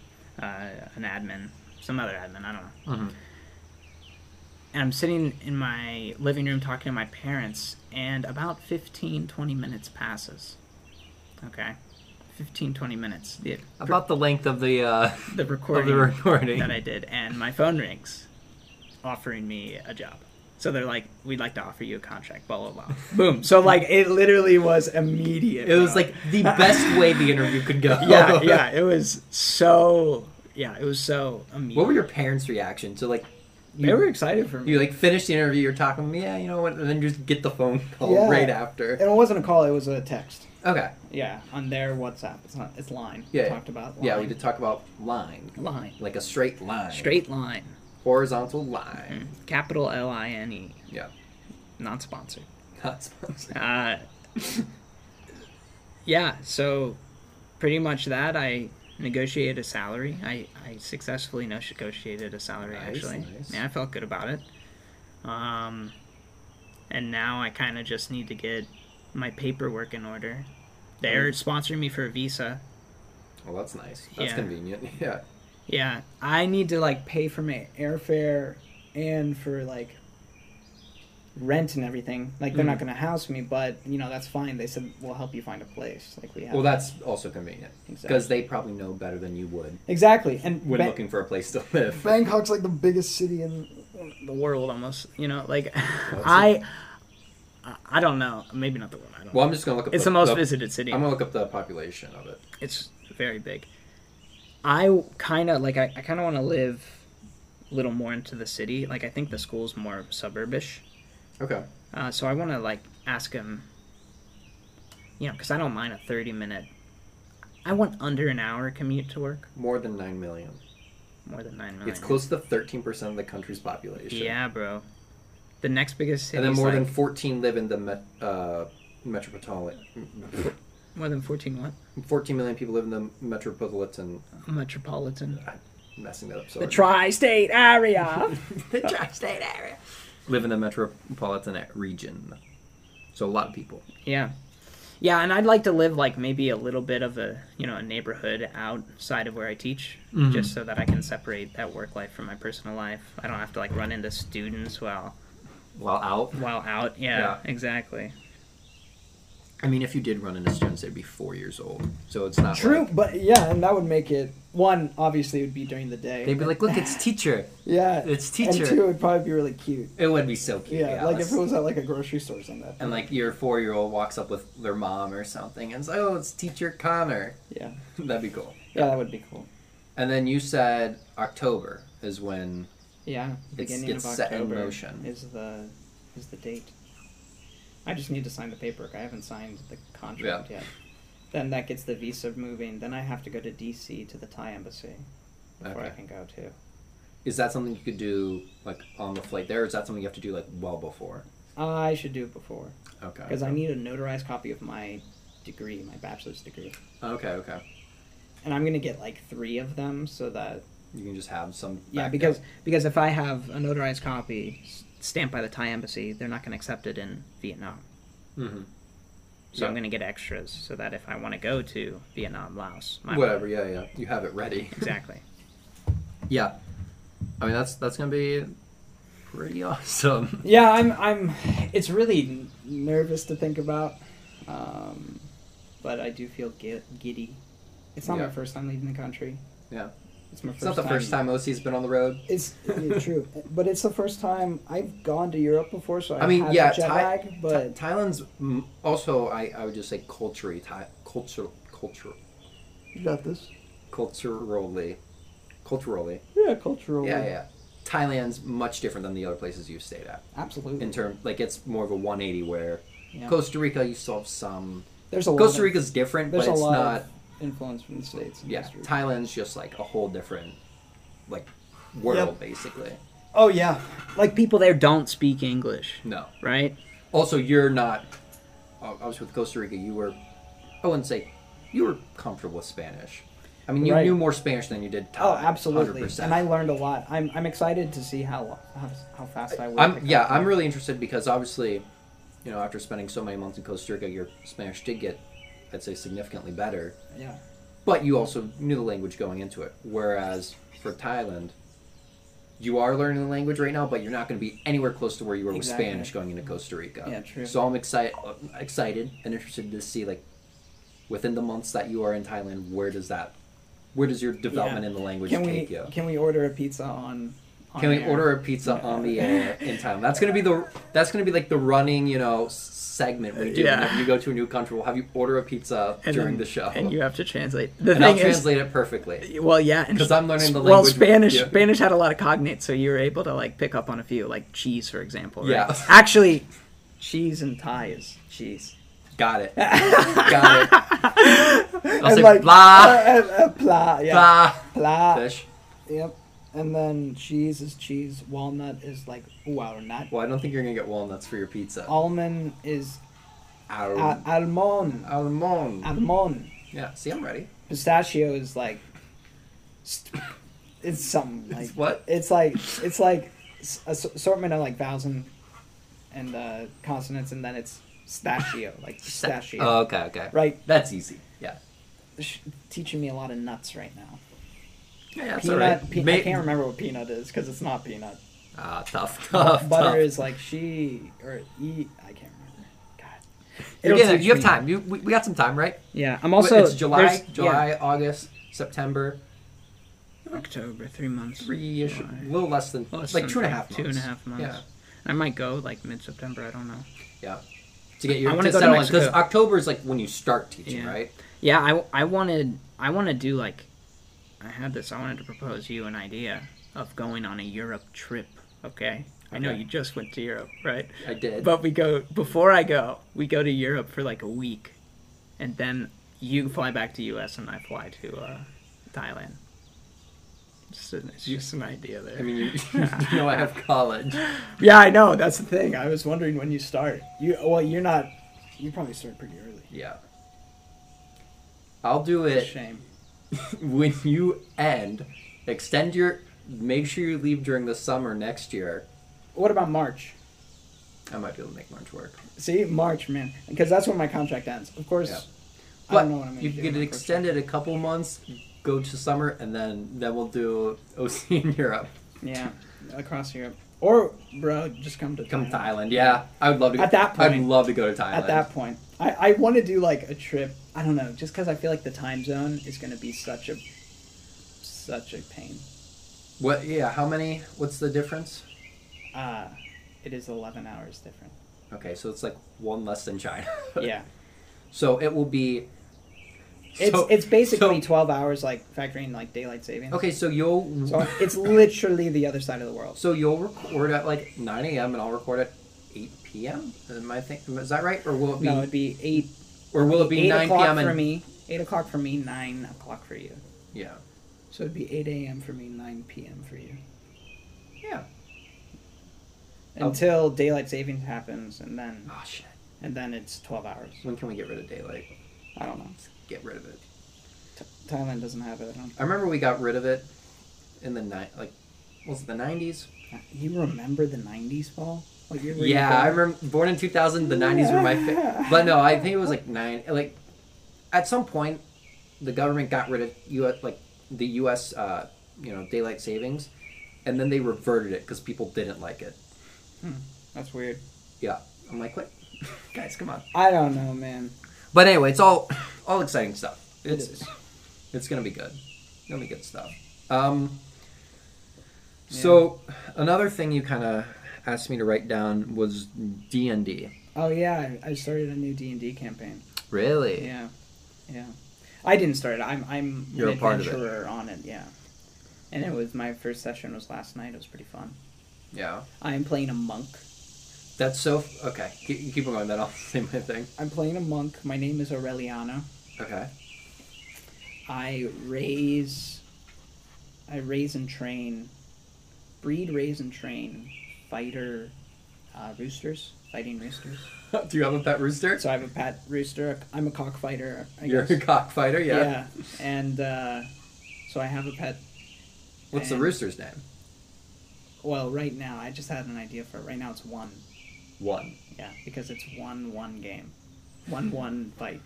B: uh, an admin, some other admin. I don't know." and I'm sitting in my living room talking to my parents, and about 15, 20 minutes passes. Okay? 15, 20 minutes. The,
A: About the length of the uh,
B: the
A: of
B: recording
A: the recording.
B: that I did, and my phone rings offering me a job. So they're like, we'd like to offer you a contract, blah,
A: *laughs*
B: blah, blah. Boom. So, like, it literally was immediate.
A: It was
B: bro.
A: like oh. the best way the interview could go.
B: *laughs* yeah, yeah, it was so, yeah, it was so immediate.
A: What were your parents' reaction to like?
B: They were excited for me.
A: You like finish the interview, you're talking, to me, yeah, you know what, and then you just get the phone call
B: Yeah.
A: right after.
B: it wasn't a call, it was a text.
A: Okay,
B: Yeah, on their WhatsApp. It's not. It's line.
A: Yeah.
B: We talked about. Line.
A: yeah, we did talk about line,
B: Line.
A: like a straight line,
B: Straight line. Mm.
A: horizontal line.
B: Capital L I N E.
A: Yeah, *laughs*
B: Not sponsored.
A: not sponsored.
B: Uh, *laughs* yeah. So, pretty much that I negotiated a salary. I I successfully no- negotiated a salary
A: Nice,
B: actually.
A: nice.
B: Yeah, I felt good about it. Um, and now I kind of just need to get my paperwork in order. They're sponsoring me for a visa.
A: Well, that's nice. That's
B: Yeah.
A: convenient. *laughs* Yeah,
B: Yeah, I need to like pay for my airfare and for like rent and everything. Like they're
A: Mm.
B: not going to house me, but you know that's fine. They said we'll help you find a place. Like we have
A: well, that's also convenient
B: Exactly.
A: because they probably know better than you would
B: exactly. And
A: when
B: Ba-
A: looking for a place to live.
B: Bangkok's like the biggest city in the world, almost. You know, like *laughs* I, I don't know. Maybe not the world. I don't.
A: Well, I'm just gonna look up.
B: it's the most visited city.
A: I'm gonna look up the population of it.
B: it's very big. I kind of like I, I kind of want to *laughs* live a little more into the city. Like I think the school's more suburbish.
A: Okay.
B: Uh, so I want to like ask him, you know, because I don't mind a thirty minute. I want under an hour commute to work,
A: More than 9 million.
B: more than nine million.
A: It's close to 13% of the country's population.
B: Yeah, bro. The next biggest city
A: And then
B: is
A: more
B: like,
A: than 14 live in the met, uh, metropolitan.
B: more than fourteen what
A: 14 million people live in the metropolitan. *laughs*
B: metropolitan.
A: I'm messing that up. Sorry.
B: The tri-state area.
A: *laughs*
B: *laughs*
A: the tri-state area. Live in the metropolitan region. So a lot of people.
B: yeah, yeah, and I'd like to live like maybe a little bit of a you know a neighborhood outside of where I teach,
A: Mm-hmm.
B: just so that I can separate that work life from my personal life. I don't have to like run into students while
A: While out.
B: while out.
A: Yeah.
B: yeah. exactly.
A: I mean, if you did run into students, they'd be four years old. So it's not
D: True,
A: like-
D: but yeah, and that would make it one. Obviously, it would be during the day.
A: they'd be like, look, it's teacher.
D: *laughs* yeah,
A: It's
D: And
A: teacher.
D: two, it'd probably be really cute.
A: It would be so cute.
D: Yeah, like
A: let's-
D: if it was at like a grocery store or something.
A: and like your four year old walks up with their mom or something and it's like, oh, it's teacher Connor. *laughs*
D: yeah,
A: That'd be cool.
D: yeah, that would be cool.
A: And then you said October is when
D: Yeah,
A: beginning gets of set in October motion.
D: is the is the date.
B: I just need to sign the paperwork. I haven't signed the contract
A: Yeah.
B: yet. Then that gets the visa moving. Then I have to go to DC to the Thai embassy before I
A: Okay.
B: can go to.
A: Is that something you could do like on the flight there? Or is that something you have to do like well before?
B: I should do it before
A: Okay.
B: because I need a notarized copy of my degree, my bachelor's degree.
A: Okay, okay.
B: And I'm gonna get like three of them so that
A: You can just have some.
E: Yeah,
A: backed
E: because
A: up.
E: because if I have a notarized copy s- stamped by the Thai embassy, they're not going to accept it in Vietnam.
A: Mhm.
E: So I'm
A: Yeah.
E: going to get extras so that if I want to go to Vietnam, Laos, my *laughs*
A: whatever. Yeah, yeah. You have it ready. *laughs*
E: exactly.
F: Yeah. I mean, that's that's gonna be pretty
B: *laughs*
F: awesome.
B: Yeah, I'm. I'm. It's really n- nervous to think about, um, but I do feel gi- giddy. It's not my
A: Yeah.
B: first time leaving the country.
A: Yeah.
B: It's my first.
A: It's not the first time OC's been on the road.
B: It's yeah, true, but it's the first time I've gone to Europe before, so I,
A: I mean,
B: have
A: yeah,
B: the jet
A: Thai-
B: lag. But
A: Tha- Thailand's mm, also, I, I would just say culturally, Thai, culture, culture,
B: you got this.
A: culturally, culturally.
B: Yeah, cultural.
A: Yeah, yeah. Thailand's much different than the other places you've stayed at
B: absolutely.
A: in term like it's more of a 180 where
B: Yeah.
A: Costa Rica you still have some.
B: There's a lot.
A: Costa
B: of-
A: Rica's different, but
B: there's a
A: it's
B: lot
A: not.
B: of influence from the states. in
A: Yeah,
B: Costa Rica.
A: Thailand's just like a whole different like world basically.
B: Oh yeah,
E: Like people there don't speak English,
A: No.
E: right?
A: Also, you're not. oh, I was with Costa Rica. You were. I wouldn't say you were comfortable with Spanish. I mean, you
B: Right.
A: knew more Spanish than you did Thai.
B: Oh, absolutely.
A: 100%.
B: And I learned a lot. I'm, I'm excited to see how lo- how, how fast I will. pick
A: I'm
B: up
A: yeah,
B: on-
A: I'm really interested because obviously, you know, after spending so many months in Costa Rica, your Spanish did get, I'd say, significantly better.
B: yeah.
A: But you also knew the language going into it. Whereas for Thailand, you are learning the language right now, but you're not going to be anywhere close to where you were
B: Exactly.
A: with Spanish going into Costa Rica.
B: Yeah, true.
A: So I'm excited, excited and interested to see like within the months that you are in Thailand, where does that, where does your development in the language
B: Can we
A: take you?
B: can we order a pizza on? on
A: Can we
B: air?
A: order a pizza on the air in time? That's gonna be the that's gonna be like the running you know s- segment we do
E: Yeah.
A: whenever you go to a new country. We'll have you order a pizza during the show,
E: and
A: and,
E: you have to translate. The
A: I'll
E: thing is,
A: translate it perfectly.
E: well, yeah, and
A: 'Cause I'm learning the
E: Well,
A: language with
E: Spanish
A: you.
E: Spanish had a lot of cognates, so you were able to like pick up on a few, like cheese, for example. Right?
A: Yeah. *laughs*
E: actually, cheese and Thai is cheese.
A: Got it. Got it. I'll
B: And
A: say
B: like,
A: blah
B: Uh, uh, uh, pla, yeah,
A: blah
B: pla.
A: fish.
B: Yep. And then cheese is cheese. Walnut is like wow nut.
A: Well, I don't think you're gonna get walnuts for your pizza.
B: Almond is
A: Al-
B: uh, almond.
A: almond.
B: Almond.
A: yeah. See, I'm ready.
B: Pistachio is like. st- It's something like
A: It's what?
B: It's like it's like s- ass- assortment of like vowels and and uh, consonants, and then it's pistachio,
A: *laughs*
B: like pistachio.
A: Oh, okay, okay.
B: right,
A: That's easy. Yeah.
B: Sh- teaching me a lot of nuts right now.
A: Yeah, that's
B: peanut,
A: alright.
B: pe- I
A: Ma-
B: can't remember what peanut is because it's not peanut.
A: Ah, tough, tough,
B: Butter
A: tough.
B: is like she or e. I can't remember. God,
A: You're
E: It'll
A: getting it.
E: teach
A: You have
E: me.
A: time. You, we, we got some time, right?
E: Yeah, I'm also
A: it's July,
E: there's- yeah.
A: July, August, September,
E: October, three months.
A: three ish, a
E: July.
A: little less than
E: Well, it's
A: like
E: some-
A: two and a half months.
E: Two and a half months.
A: Yeah,
E: I might go like mid September. I don't know.
A: yeah. To get your
E: I
A: to
E: wanna go to
A: settle in because
E: Mexico.
A: October is like when you start teaching,
E: Yeah.
A: right?
E: Yeah, I, I wanted I want to do like I had this. I wanted to propose you an idea of going on a Europe trip. Okay. I know
A: Okay.
E: you just went to Europe, right?
A: I did.
E: But we go before I go. We go to Europe for like a week, and then you fly back to U.S. and I fly to uh, Thailand. Just an, it's just an idea there.
A: I mean, you, *laughs*
E: *laughs*
A: you
B: *laughs*
A: know, I have college.
E: yeah, I know. That's the
B: I
E: thing.
B: think I was wondering when you start. You well, you're not. You probably start pretty early.
A: Yeah. I'll do
B: It's a
A: it
B: shame.
A: *laughs* when you end. Extend your. Make sure you leave during the summer next year.
B: What about March?
A: I might be able to make March work.
B: See, March, man, because that's when my contract ends. Of course,
A: Yeah.
B: I
A: But
B: don't know what I'm gonna
A: you
B: do
A: could
B: in my first
A: extend it a couple months, go to summer, and then then we'll do *laughs* OC in Europe.
B: Yeah, across Europe. Or, bro, just come to
A: Come
B: Thailand.
A: Thailand, yeah. I would love to.
B: At that
A: I'd
B: point-
A: love to go to Thailand.
B: At that point, I, I want to do like a trip. I don't know, just because I feel like the time zone is going to be such a such a pain.
A: What? Yeah. How many? What's the difference?
B: Uh, it is eleven hours different.
A: Okay, so it's like one less than China.
B: Yeah,
A: *laughs* So it will be.
B: it's
A: so-
B: it's basically
A: so-
B: twelve hours, like factoring like daylight savings.
A: okay, so you'll
B: so it's literally the other side of the world.
A: so you'll record at like 9 a.m. and I'll record at 8 p.m. Am I think is that right, or will it be
B: No, it'd be eight
A: or will it be
B: eight
A: 9
B: o'clock
A: p.m.
B: for
A: and
B: me, eight o'clock for me, nine o'clock for you.
A: yeah
B: So it'd be eight a.m. for me, nine p.m. for you.
A: yeah Oh.
B: until daylight savings happens and then
A: oh shit
B: and then it's 12 hours
A: when can we get rid of daylight
B: I don't know.
G: Get rid of it.
B: Th- Thailand doesn't have it. I don't.
A: I remember we got rid of it in the night, like, was it the nineties?
B: You remember the '90s, Paul? What year were you
A: Yeah, I
B: born?
A: remember. Born in two thousand, the nineties were my
B: *laughs*
A: favorite. But no, I think it was like nine. Like, at some point, the government got rid of U. Like the U.S. Uh, you know, daylight savings, and then they reverted it because people didn't like it.
B: That's weird.
A: Yeah, I'm like, what? *laughs* Guys, come on.
B: I don't know, man.
A: But anyway, it's all all exciting stuff. It's
B: is.
A: it's gonna be good. Gonna be good stuff. Um. So another thing you kind of asked me to write down was D and D.
B: Oh yeah, I, I started a new D and D campaign.
A: Really?
B: Yeah, yeah. I didn't start it. I'm I'm
A: You're a
B: an
A: part of it.
B: adventurer on it. Yeah, and it was my first session was last night. It was pretty fun.
A: Yeah.
B: I am playing a monk.
A: That's so f- okay. Keep, keep on going. *laughs* Then I'll say my thing.
B: I'm playing a monk. My name is Aureliano.
A: Okay. *laughs*
B: I raise, I raise and train, breed, raise and train fighter uh, roosters, fighting roosters.
A: Do you have a pet rooster?
B: So I have a pet rooster. I'm a cockfighter. I
A: You're a
B: guess.
A: cockfighter. *laughs* Yeah.
B: and uh, so I have a pet.
A: What's the
B: And-
A: rooster's name?
B: Well, right now I just had an idea for it. Right now it's one.
A: One.
B: Yeah, because it's one one game,
A: Hmm.
B: one one
A: *laughs*
B: fight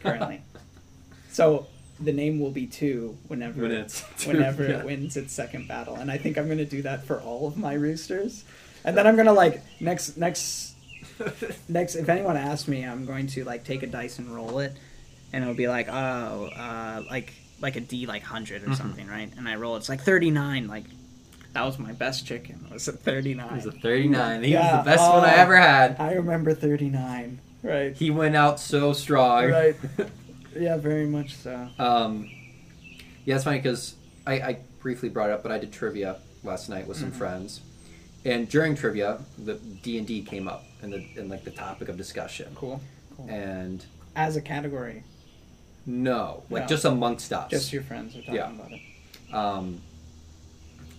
B: currently. so the name will be two whenever
A: When it's two, *laughs*
B: whenever
A: yeah.
B: it wins its second battle, and I think I'm gonna do that for all of my roosters, and then I'm gonna like next next next if anyone asks me, I'm going to like take a dice and roll it,
H: and it'll be like oh uh, like like a d like 100 or
A: Mm-hmm.
H: something right and i roll it's like 39 like that was my best chicken was at 39
B: It
A: *laughs* He's a 39. He was
B: Yeah,
A: the best one I
B: oh.
A: ever had.
B: I remember 39. Right.
A: He went out so strong.
B: Right.
A: *laughs*
B: Yeah, very much so.
A: Um, yeah, it's funny because I, I briefly brought it up, but I did trivia last night with some
B: Mm-hmm.
A: friends, and during trivia, the D and D came up and the and like the topic of discussion,
B: Cool. Cool.
A: and
B: As a category,
A: no, like
B: No.
A: just amongst us,
B: just your friends are talking
A: Yeah.
B: about it.
A: um,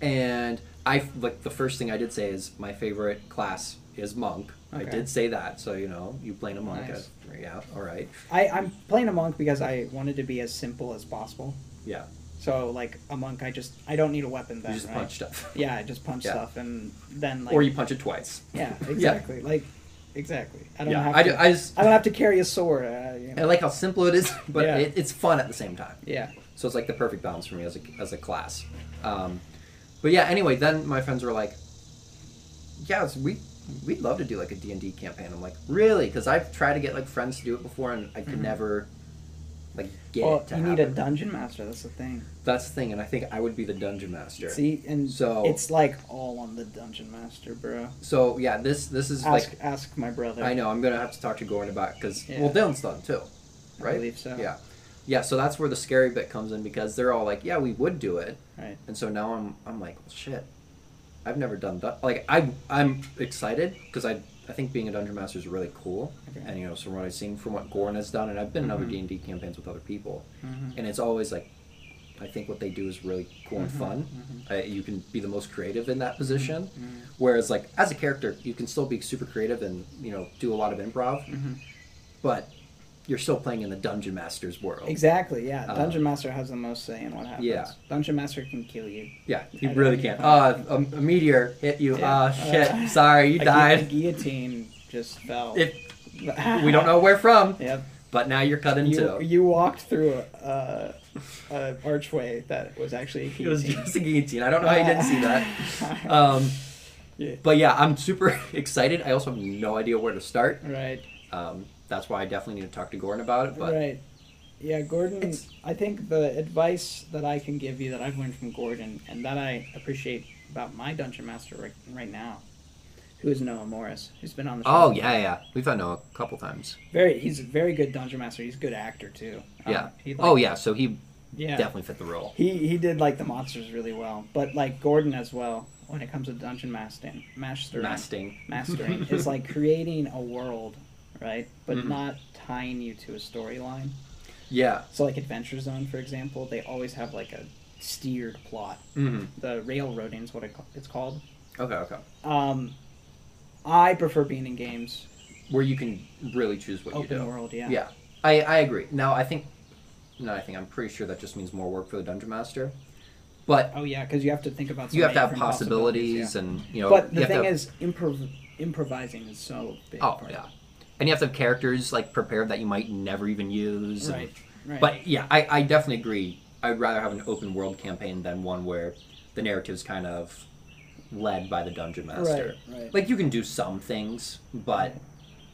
A: and I like the first thing I did say is my favorite class is monk. I
B: Okay.
A: did say that, so you know you playing a monk,
B: Nice.
A: uh, yeah, all right,
B: I, I'm playing a monk because I wanted to be as simple as possible.
A: yeah,
B: So like a monk, I just I don't need a weapon then.
A: you just
B: right?
A: punch stuff,
B: Yeah, I just punch
A: Yeah.
B: stuff and then like
A: or you punch it twice. *laughs*
B: yeah exactly like exactly. I don't
A: Yeah,
B: have
A: I,
B: to,
A: ju- I just
B: I don't have to carry a sword. Uh, you
A: I
B: know.
A: like how simple it is, *laughs* but
B: Yeah.
A: it, it's fun at the same time.
B: Yeah.
A: So it's like the perfect balance for me as a, as a class. Um, but yeah, anyway, then my friends were like, "Yeah, it's, we we'd love to do like a D and D campaign." I'm like, "Really?" Because I've tried to get like friends to do it before, and I could never like get
B: Well,
A: it to
B: Mm-hmm. Oh, you need a
A: happen.
B: dungeon master. That's the thing.
A: That's the thing, and I think I would be the dungeon master.
B: See, and
A: So-
B: it's like all on the dungeon master, bro.
A: So yeah, this this is
B: Ask
A: like
B: ask my brother.
A: I know I'm gonna have to talk to Gordon about because
B: Yeah.
A: well Dylan's done too, right?
B: believe so.
A: Yeah, yeah. So that's where the scary bit comes in because they're all like, "Yeah, we would do it,"
B: Right.
A: And so now I'm I'm like, well, shit. I've never done that. Like I I'm excited because I I think being a dungeon master is really cool.
B: Okay. Mm-hmm.
A: And you know, from what I've seen from what Gorn has done and I've been in other D&D campaigns with other people and it's always like I think what they do is really cool
B: Mm-hmm.
A: and fun. Uh, you can be the most creative in that position,
B: Mm-hmm.
A: whereas like as a character, you can still be super creative and you know do a lot of improv,
B: Mm-hmm.
A: but you're still playing in the dungeon master's world.
B: Exactly. Yeah.
A: Uh,
B: Dungeon master has the most say in what happens.
A: yeah.
B: Dungeon master can kill you.
A: Yeah, you
B: I
A: really
B: don't-
A: can't. Uh, a, a meteor hit you.
B: Yeah.
A: Ah, shit.
B: *laughs* Uh,
A: sorry, you
B: A gu- a
A: died.
B: guillotine just fell. *laughs*
A: If we don't know where from,
B: Yep.
A: but now you're cut in
B: You,
A: two.
B: you walked through a, a, a archway that was actually a
A: *laughs*
B: *laughs*
A: It was
B: guillotine.
A: just a guillotine. I don't know how you didn't see that.
B: *laughs*
A: Um,
B: Yeah.
A: but yeah, I'm super *laughs* excited. I also have no idea where to start.
B: right.
A: Um, that's why I definitely need to talk to Gordon about it. But
B: Right. Yeah, Gordon.
A: It's-
B: I think the advice that I can give you that I've learned from Gordon and that I appreciate about my dungeon master right, right now, who is Noah Morris, who's been on the show.
A: oh yeah, yeah, we've had no a couple times.
B: very. He's a very good dungeon master. He's a good actor too. Uh,
A: Yeah.
B: he, like,
A: Oh yeah, so he
B: yeah.
A: definitely fit the role.
B: He he did like the monsters really well, but like Gordon as well. When it comes to dungeon mastering, mastering,
A: Masting. *laughs*
B: mastering is like creating a world, right? But
A: Mhm.
B: not tying you to a storyline.
A: Yeah.
B: So like Adventure Zone, for example, they always have like a steered plot.
A: hmm
B: The railroading is what it, ca- it's called.
A: Okay. Okay.
B: Um, I prefer being in games,
A: Where you can really choose what you
B: open
A: do.
B: world, yeah.
A: Yeah. I, I agree. Now I think, no, I think I'm pretty sure that just means more work for the dungeon master. But
I: Oh yeah, because you have to think about. so
A: you have
I: many
A: to have
I: different
A: possibilities, and you know.
I: yeah. But
A: you
I: the
A: have to
I: thing
A: have-
I: is, improv- improvising is so big.
A: oh
I: part.
A: yeah, and you have to have characters like prepared that you might never even use. and-
I: Right. Right.
A: But yeah, I, I definitely agree. I'd rather have an open world campaign than one where the narrative's kind of led by the dungeon master.
I: Right, right.
A: Like you can do some things, but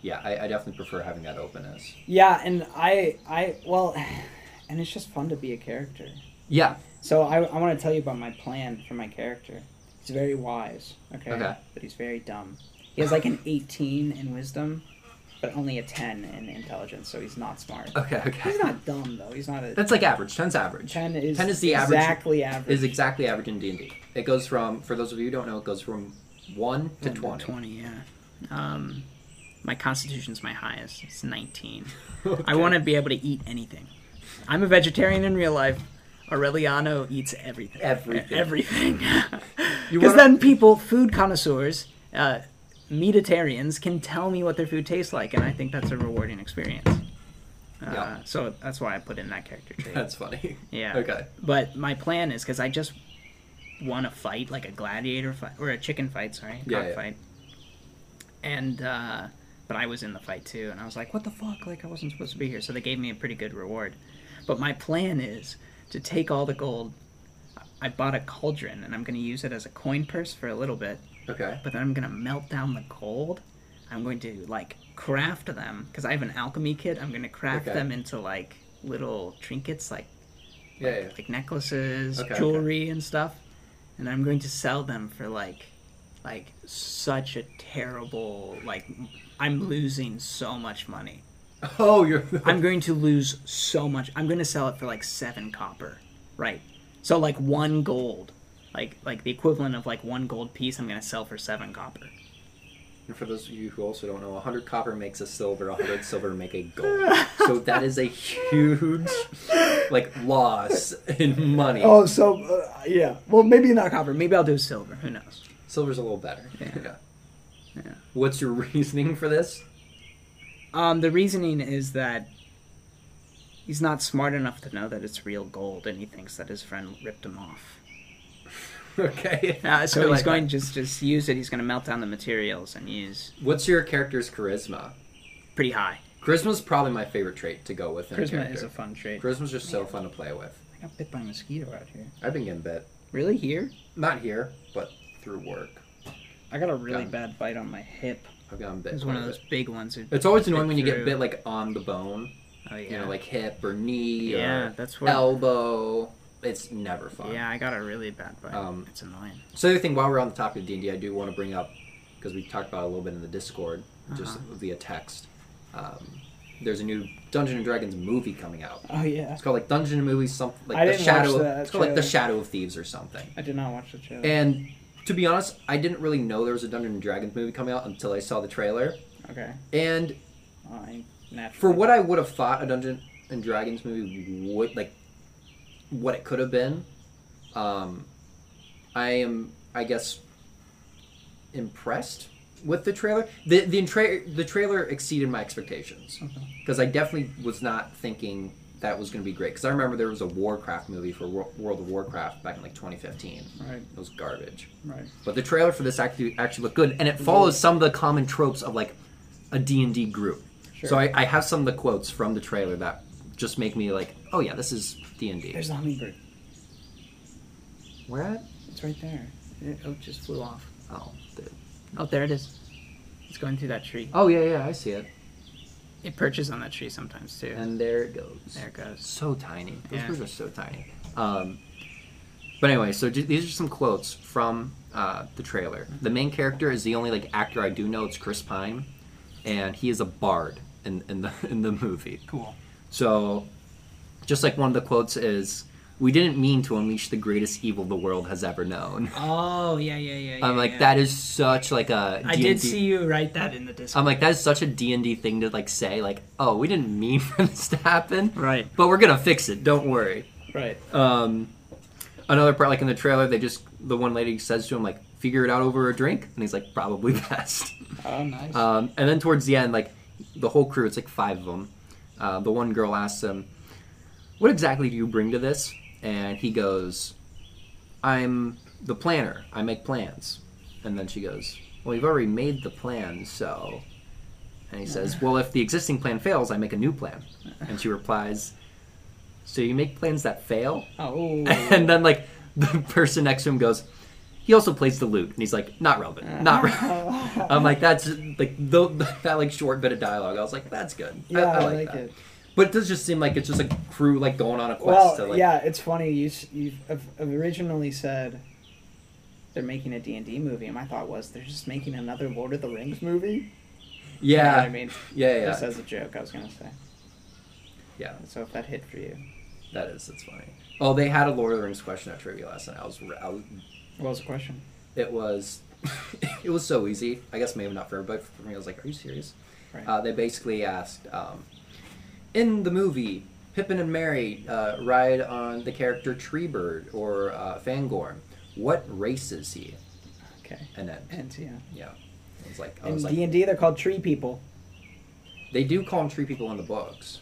A: yeah, I, I definitely prefer having that openness.
I: yeah, and I, I well, *sighs* and it's just fun to be a character.
A: Yeah.
I: So I, I want to tell you about my plan for my character. He's very wise, okay?
A: Okay.
I: But he's very dumb. He has like an 18 in wisdom, but only a 10 in intelligence, so he's not smart.
A: Okay. Okay.
I: He's not dumb though. He's not a
A: That's like average. Ten's average.
I: 10 is
A: 10 is the average-
I: exactly average.
A: is exactly average in D and D. It goes from for those of you who don't know, it goes from one to
B: One
A: twenty. *laughs*
B: Twenty, yeah. Um, my constitution's my highest. It's nineteen. I want to be able to eat anything. I'm a vegetarian in real life. Aureliano eats everything.
A: Everything. Mm-hmm.
B: Everything. *laughs*
A: You
B: Because
A: wanna-
B: then people, food connoisseurs, uh, meatitarians, can tell me what their food tastes like, and I think that's a rewarding experience. Uh,
A: Yeah.
B: So that's why I put in that character trait.
A: *laughs* That's funny.
B: Ah, Yeah.
A: Okay.
B: But my plan is because I just want to fight like a gladiator fight or a chicken fight, sorry,
A: Yeah,
B: cock
A: yeah.
B: fight. And uh, but I was in the fight too, and I was like, what the fuck? Like I wasn't supposed to be here, so they gave me a pretty good reward. But my plan is to take all the gold. I bought a cauldron, and I'm going to use it as a coin purse for a little bit
A: Okay.
B: but then I'm gonna melt down the gold. I'm going to like craft them because I have an alchemy kit. I'm gonna craft
A: Okay.
B: them into like little trinkets, like
A: Yeah. yeah.
B: like necklaces,
A: Okay, okay.
B: jewelry, and stuff. And I'm going to sell them for like like such a terrible like I'm losing so much money.
A: Oh, you're. *laughs*
B: I'm going to lose so much. I'm going to sell it for like seven copper, right? So like one gold, like like the equivalent of like one gold piece. I'm going to sell for seven copper.
A: And for those of you who also don't know, 100 copper makes a silver, 100 silver make a gold. So that is a huge, like, loss in money.
I: oh, so uh, yeah. Well, maybe not
B: copper. Maybe I'll do silver. Who knows?
A: Silver's a little better.
B: Yeah. Yeah.
A: What's your reasoning for this? *laughs*
B: Um, the reasoning is that he's not smart enough to know that it's real gold, and he thinks that his friend ripped him off.
A: Okay.
B: Uh, so
A: I
B: he's
A: *laughs* like
B: going
A: that.
B: to just just use it. He's going to melt down the materials and use
A: What's your character's charisma?
B: pretty high.
A: Charisma's probably my favorite trait to go with in a
I: charisma
A: character.
I: is a fun trait.
A: Charisma's just so fun to play with.
B: I got bit by a mosquito out here.
A: I've been getting bit.
B: Really here?
A: Not here, but through work.
I: I got a really
A: Gun.
I: bad bite on my hip.
A: I've gotten bit.
B: It was one
A: quite
B: of
A: a
B: those
A: bit.
B: big ones. that-
A: It's always annoying when you
B: through.
A: get bit, like, on the bone.
B: Oh yeah.
A: you know, like hip or knee
B: Yeah,
A: or
B: that's where-
A: elbow. It's never fun.
B: Yeah, I got a really bad bite.
A: Um,
B: it's annoying.
A: So the other thing, while we're on the topic of D and I do want to bring up because we talked about it a little bit in the Discord, just
B: Uh-huh.
A: via text. Um, there's a new Dungeon and Dragons movie coming out.
I: Oh yeah.
A: It's called like Dungeon and Movies, something like
I: I
A: the
I: didn't watch
A: Shadow.
I: the
A: Of, it's called like the
I: trailer.
A: Shadow of Thieves or something.
I: I did not watch the show.
A: And to be honest, I didn't really know there was a Dungeon and Dragons movie coming out until I saw the trailer.
I: okay.
A: And
I: Well, I naturally.
A: for what I would have thought a Dungeon and Dragons movie would like, what it could have been, um, I am, I guess, impressed with the trailer. the the tra- The trailer exceeded my expectations because I definitely was not thinking that was going to be great. Because I remember there was a Warcraft movie for Wor- World of Warcraft back in like 2015.
I: Right.
A: It was garbage.
I: Right.
A: But the trailer for this actually actually looked good, and it follows some of the common tropes of like a D and D group.
I: Sure.
A: So I, I have some of the quotes from the trailer that just make me like, oh yeah, this is D and D.
I: There's the hummingbird.
A: Where at?
I: It's right there.
B: It oh, it just flew off.
A: Oh, the-
B: Oh, there it is. It's going through that tree.
A: oh yeah, yeah, I see it.
B: It perches on that tree sometimes too.
A: And there it goes.
B: there it goes.
A: So tiny. Those
B: Yeah.
A: birds are so tiny. Um, but anyway, so ju- these are some quotes from uh, the trailer. The main character is the only like actor I do know. It's Chris Pine, and he is a bard in, in the *laughs* in the movie.
B: Cool.
A: So, just like one of the quotes is, "We didn't mean to unleash the greatest evil the world has ever known."
B: Oh yeah, yeah, yeah. yeah
A: I'm like,
B: yeah.
A: that is such like a.
B: I did see you write that in the Discord.
A: I'm like, that is such a D and D thing to like say, like, "Oh, we didn't mean *laughs* for this to happen."
B: Right.
A: But we're gonna fix it. Don't worry.
I: Right.
A: Um, another part, like in the trailer, they just the one lady says to him like, "Figure it out over a drink," and he's like, "Probably *laughs* best."
I: Oh, nice.
A: Uh, Um, and then towards the end, like the whole crew, it's like five of them. uh, the one girl asks him, "What exactly do you bring to this?" And he goes, "I'm the planner. I make plans." And then she goes, "Well, you've already made the plan, so." And he says, "Well, if the existing plan fails, I make a new plan." And she replies, "So you make plans that fail?" *laughs*
B: Oh.
A: And then like the person next to him goes, he also plays the lute, and he's like,
B: *laughs*
A: not relevant, not. Re-. I'm like, that's like the, *laughs* that like short bit of dialogue. I was like, that's good. I-
B: yeah,
A: I, like, that.
B: it.
A: But it does just seem like it's just a crew like going on a quest.
B: Well,
A: to, like,
B: yeah, it's funny. You s- you have originally said they're making a D and D movie, and my thought was they're just making another Lord of the Rings movie. You know
A: yeah,
B: what I mean,
A: yeah, yeah,
B: just as a joke, I was gonna say.
A: Yeah.
B: So if that hit for you,
A: That is, that's funny. Oh, they had a Lord of the Rings question at trivia last night. I was, re- I was
B: what was the question?
A: it was, *laughs* it was so easy. I guess maybe not for everybody. but For me, I was like, are you serious?
B: Right.
A: Uh, they basically asked, um, in the movie, Pippin and Mary uh, ride on the character Treebird or uh, Fangorn. What race is he?
B: okay.
A: And then,
B: And yeah,
A: yeah, I was like, I
B: in
A: was
B: D
A: like,
B: and D they're called tree people.
A: they do call them tree people in the books.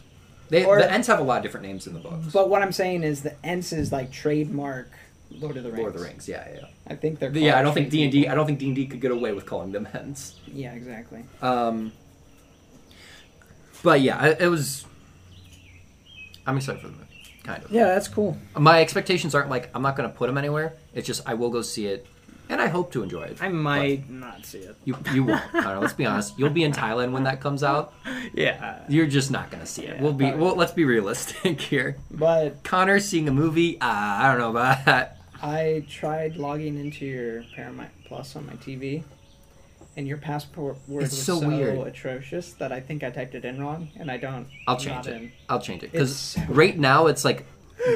A: They,
B: Or-
A: the Ents have a lot of different names in the books.
B: But what I'm saying is the Ents is like trademark Lord of the Rings.
A: Lord of the Rings, yeah, yeah.
B: I think they're.
A: Yeah,
B: called
A: I don't think D
B: tree
A: and D. I don't think D and D could get away with calling them Ents.
B: people. Yeah, exactly.
A: Um, but yeah, it, it was. I'm excited for the movie, kind of.
B: Yeah, that's cool.
A: My expectations aren't like I'm not going to put them anywhere. It's just I will go see it, and I hope to enjoy it.
J: I might not see
B: *laughs*
J: it.
A: You you won't. I don't know, let's be honest. You'll be in Thailand when that comes out.
J: Yeah.
A: You're just not going to see it. We'll be. Well, let's be realistic *laughs* here.
B: But
A: Connor seeing a movie. Uh, I don't know about that.
B: I tried logging into your Paramount Plus on my TV, and your passport word
A: It's
B: was
A: so
B: so,
A: weird.
B: atrocious that I think I typed it in wrong, and I don't.
A: I'll
B: I'm not
A: change it.
B: in.
A: I'll change it
B: It's
A: because
B: so-
A: right now it's like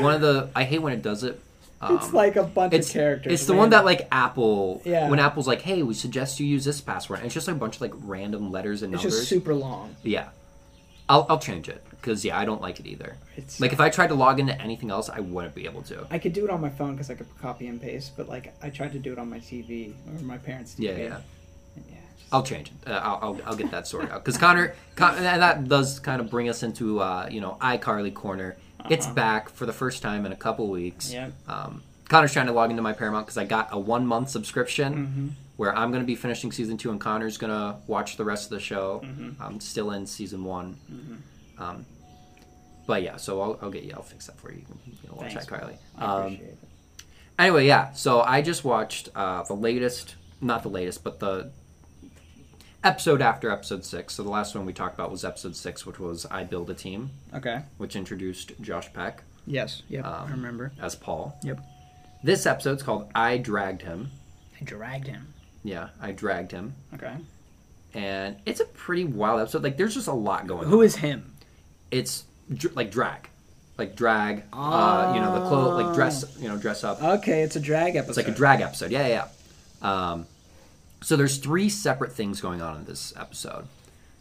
A: one of the. I hate when it does it. Um,
B: It's like a bunch
A: it's
B: of characters.
A: It's the one that like Apple.
B: Yeah.
A: When Apple's like, hey, we suggest you use this password. And it's just like a bunch of like random letters and
B: It's
A: numbers.
B: just super long.
A: yeah. I'll I'll change it because yeah, I don't like it either.
B: It's
A: Like if I tried to log into anything else, I wouldn't be able to.
B: I could do it on my phone because I could copy and paste, but like I tried to do it on my TV or my parents' TV.
A: Yeah, yeah.
B: and yeah, just-
A: I'll change it. Uh, I'll, I'll I'll get that sorted out because Connor, Con- and that does kind of bring us into uh, you know iCarly corner. It's
B: Uh-huh.
A: back for the first time in a couple weeks.
B: Yep.
A: Um, Connor's trying to log into my Paramount because I got a one month subscription
B: Mm-hmm.
A: where I'm going to be finishing season two and Connor's going to watch the rest of the show.
B: Mm-hmm.
A: I'm still in season one. Um, but yeah, so I'll, I'll get you. I'll fix that for you. You can you know, watch
B: Thanks.
A: iCarly.
B: I
A: Um,
B: appreciate it.
A: anyway, yeah. So I just watched uh, the latest, not the latest, but the episode after episode six. So the last one we talked about was episode six, which was I Build a Team,
J: Okay.
A: which introduced Josh Peck
J: Yes. Yep.
A: Um,
J: I remember.
A: as Paul.
J: Yep.
A: This episode's called I Dragged Him.
J: I dragged him.
A: Yeah, I dragged him.
J: Okay.
A: And it's a pretty wild episode. Like, there's just a lot going on.
J: Who is him?
A: It's dr- like drag, like drag. Uh, you know the clothes, like dress. You know dress up.
B: Okay, it's a drag episode.
A: It's like a drag episode. Yeah, yeah. yeah. Um, so there's three separate things going on in this episode.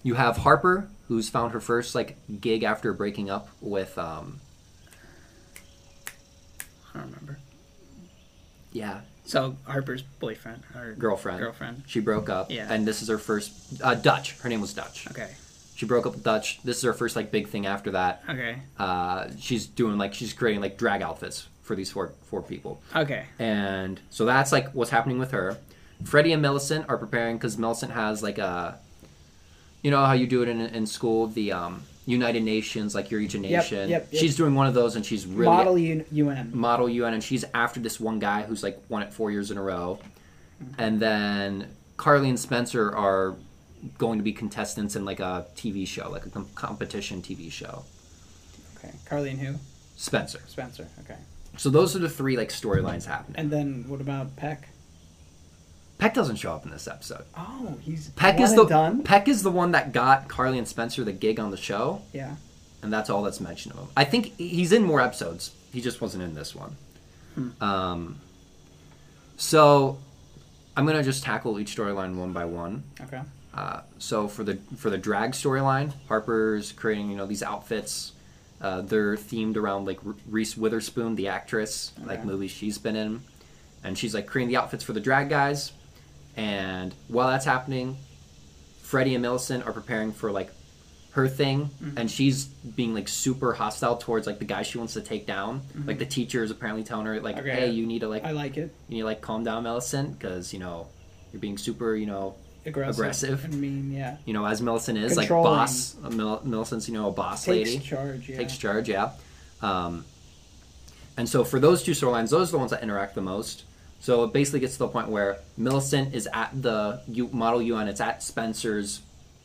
A: You have Harper, who's found her first like gig after breaking up with. Um,
J: I don't remember.
A: yeah,
J: So Harper's boyfriend or
A: girlfriend.
J: Girlfriend.
A: She broke up.
J: Yeah.
A: And this is her first. Uh, Dutch. Her name was Dutch.
J: Okay.
A: She broke up with Dutch. This is her first like big thing after that.
J: Okay.
A: Uh, she's doing like she's creating like drag outfits for these four four people.
J: Okay.
A: and so that's like what's happening with her. Freddie and Millicent are preparing because Millicent has like a, you know how you do it in, in school, the um, United Nations, like you're each a nation.
B: yep, yep.
A: She's doing one of those, and she's really Mm.
B: model U- UN.
A: model UN, and she's after this one guy who's like won it four years in a row, and then Carly and Spencer are going to be contestants in like a TV show, like a com- competition TV show.
B: Okay, Carly and who?
A: Spencer.
B: Spencer. Okay,
A: So those are the three like storylines happening.
B: and then what about Peck?
A: Peck doesn't show up in this episode.
B: Oh, he's
A: Peck
B: one
A: is
B: and
A: the
B: done.
A: Peck is the one that got Carly and Spencer the gig on the show,
B: Yeah.
A: and that's all that's mentioned of him. I think he's in more episodes. He just wasn't in this one. Um, so I'm gonna just tackle each storyline one by one.
B: Okay.
A: Uh, so for the for the drag storyline, Harper's creating you know these outfits. Uh, they're themed around like Re- Reese Witherspoon, the actress, like
B: Okay.
A: movies she's been in, and she's like creating the outfits for the drag guys. And while that's happening, Freddie and Millicent are preparing for like her thing,
B: Mm-hmm.
A: and she's being like super hostile towards like the guy she wants to take down. Like the teacher is apparently telling her like,
B: Mm-hmm. Okay.
A: "Hey, you need to like
B: I like it.
A: you need to like calm down, Millicent, because you know you're being super you know
B: Aggressive.
A: Aggressive.
B: I mean, yeah.
A: you know as Millicent is like
B: Controlling.
A: boss. uh, Mil- Millicent's you know a boss
B: Takes
A: lady
B: charge. Yeah.
A: takes charge, yeah. Um, and so for those two storylines, those are the ones that interact the most. So it basically gets to the point where Millicent is at the U- Model UN. It's at Spencer's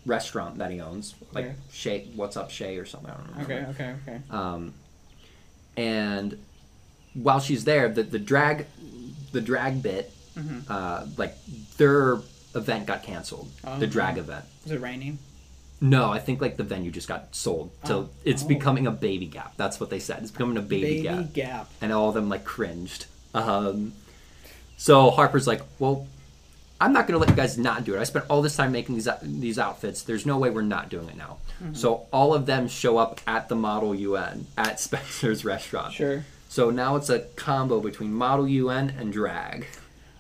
A: restaurant that he owns, like
B: Okay.
A: Shay. What's up, Shay, or something. I don't remember.
B: Okay. Okay. Okay.
A: Um, and while she's there, the, the drag, the drag bit,
B: Mm-hmm.
A: uh, like their event got canceled.
B: Oh.
A: The drag event.
B: Is it raining?
A: No, I think like the venue just got sold. So
B: Oh.
A: it's
B: Oh.
A: becoming a baby gap. That's what they said. It's becoming a baby, gap.
B: gap.
A: And all of them like cringed. Um, so Harper's like, well, I'm not going to let you guys not do it. I spent all this time making these these outfits. There's no way we're not doing it now.
B: Mm-hmm.
A: So all of them show up at the Model UN at *laughs* Spencer's restaurant.
B: Sure.
A: So now it's a combo between Model UN and drag.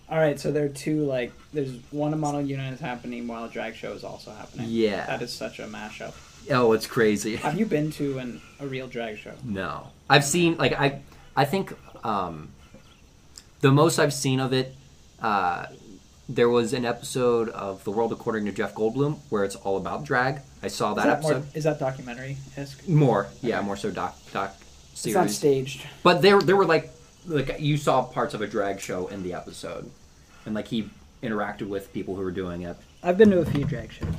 B: All right. So there are two like there's one model unit is happening while a drag show is also happening.
A: Yeah.
B: That is such a mashup.
A: Oh, it's crazy.
B: Have you been to an a real drag show?
A: No, I've seen like I, I think um, the most I've seen of it, uh, there was an episode of The World According to Jeff Goldblum where it's all about drag. I saw that,
B: is that
A: episode
B: more, is that documentary esque?
A: more, yeah, more so doc doc
B: It's not
A: series.
B: staged.
A: But there there were like like you saw parts of a drag show in the episode, and like he interacted with people who were doing it.
K: I've been to a few drag shows.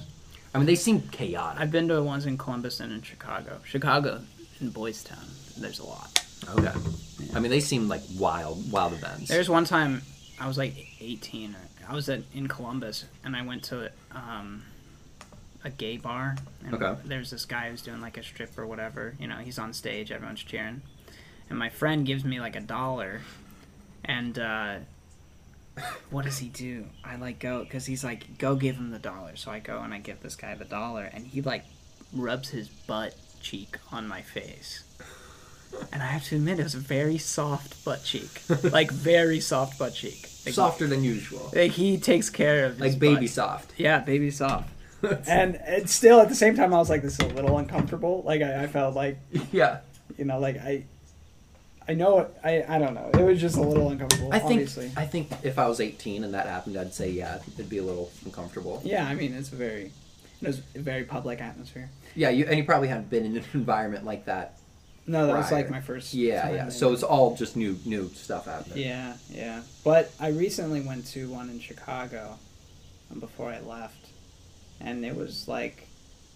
A: I mean, they seem chaotic.
K: I've been to ones in Columbus and in Chicago. Chicago in Boys Town. There's a lot.
A: Okay, I mean, they seem like wild wild events.
K: There's one time I was like 18. Or, I was at, in Columbus and I went to um, a gay bar. And
A: Okay.
K: There's this guy who's doing like a strip or whatever. You know, he's on stage, everyone's cheering. And my friend gives me like a dollar. And uh, what does he do? I like go, because he's like, go give him the dollar. So I go and I give this guy the dollar. And he like rubs his butt cheek on my face and I have to admit, it was a very soft butt
A: *laughs*
K: cheek, like very soft butt cheek. Like,
A: softer than usual,
K: Like he takes care of his
A: like baby
K: butt.
A: soft. *laughs*
K: Yeah, baby soft.
B: And it's still at the same time I was like this is a little uncomfortable. Like I, I felt like
A: Yeah.
B: you know like I. I know. it- I I don't know. It was just a little uncomfortable.
A: I think
B: obviously.
A: I think if I was 18 and that happened, I'd say yeah, it'd be a little uncomfortable.
B: Yeah, I mean it's a very, it was a very public atmosphere.
A: Yeah, you and you probably haven't been in an *laughs* environment like that.
B: No, that was
A: Prior.
B: like my first.
A: Yeah,
B: time
A: yeah.
B: in-
A: So it's all just new new stuff happening.
B: Yeah, yeah. But I recently went to one in Chicago, um, before I left, and it was like,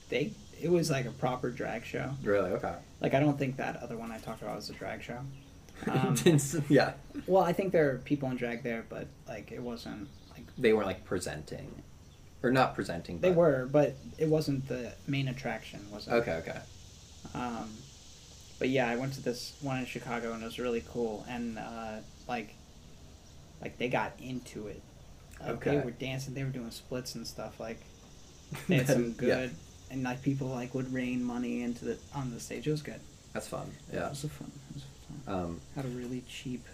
B: they it was like a proper drag show.
A: Really? Okay.
B: Like I don't think that other one I talked about was a drag show. Um,
A: *laughs* It's- yeah.
B: well, I think there are people in drag there, but like it wasn't like
A: They were like presenting, or not presenting.
B: they
A: but-
B: were, but it wasn't the main attraction, was it?
A: Okay. Okay.
B: Um, but yeah, I went to this one in Chicago and it was really cool. And uh, like, like they got into it. Like, They
A: Okay.
B: were dancing. They were doing splits and stuff. Like they had
A: *laughs* That-
B: some
A: yeah.
B: good. And like people like would rain money into the on the stage. It was good.
A: That's fun.
B: It
A: Yeah.
B: was a fun. It was a fun.
A: Um,
B: Had a really cheap,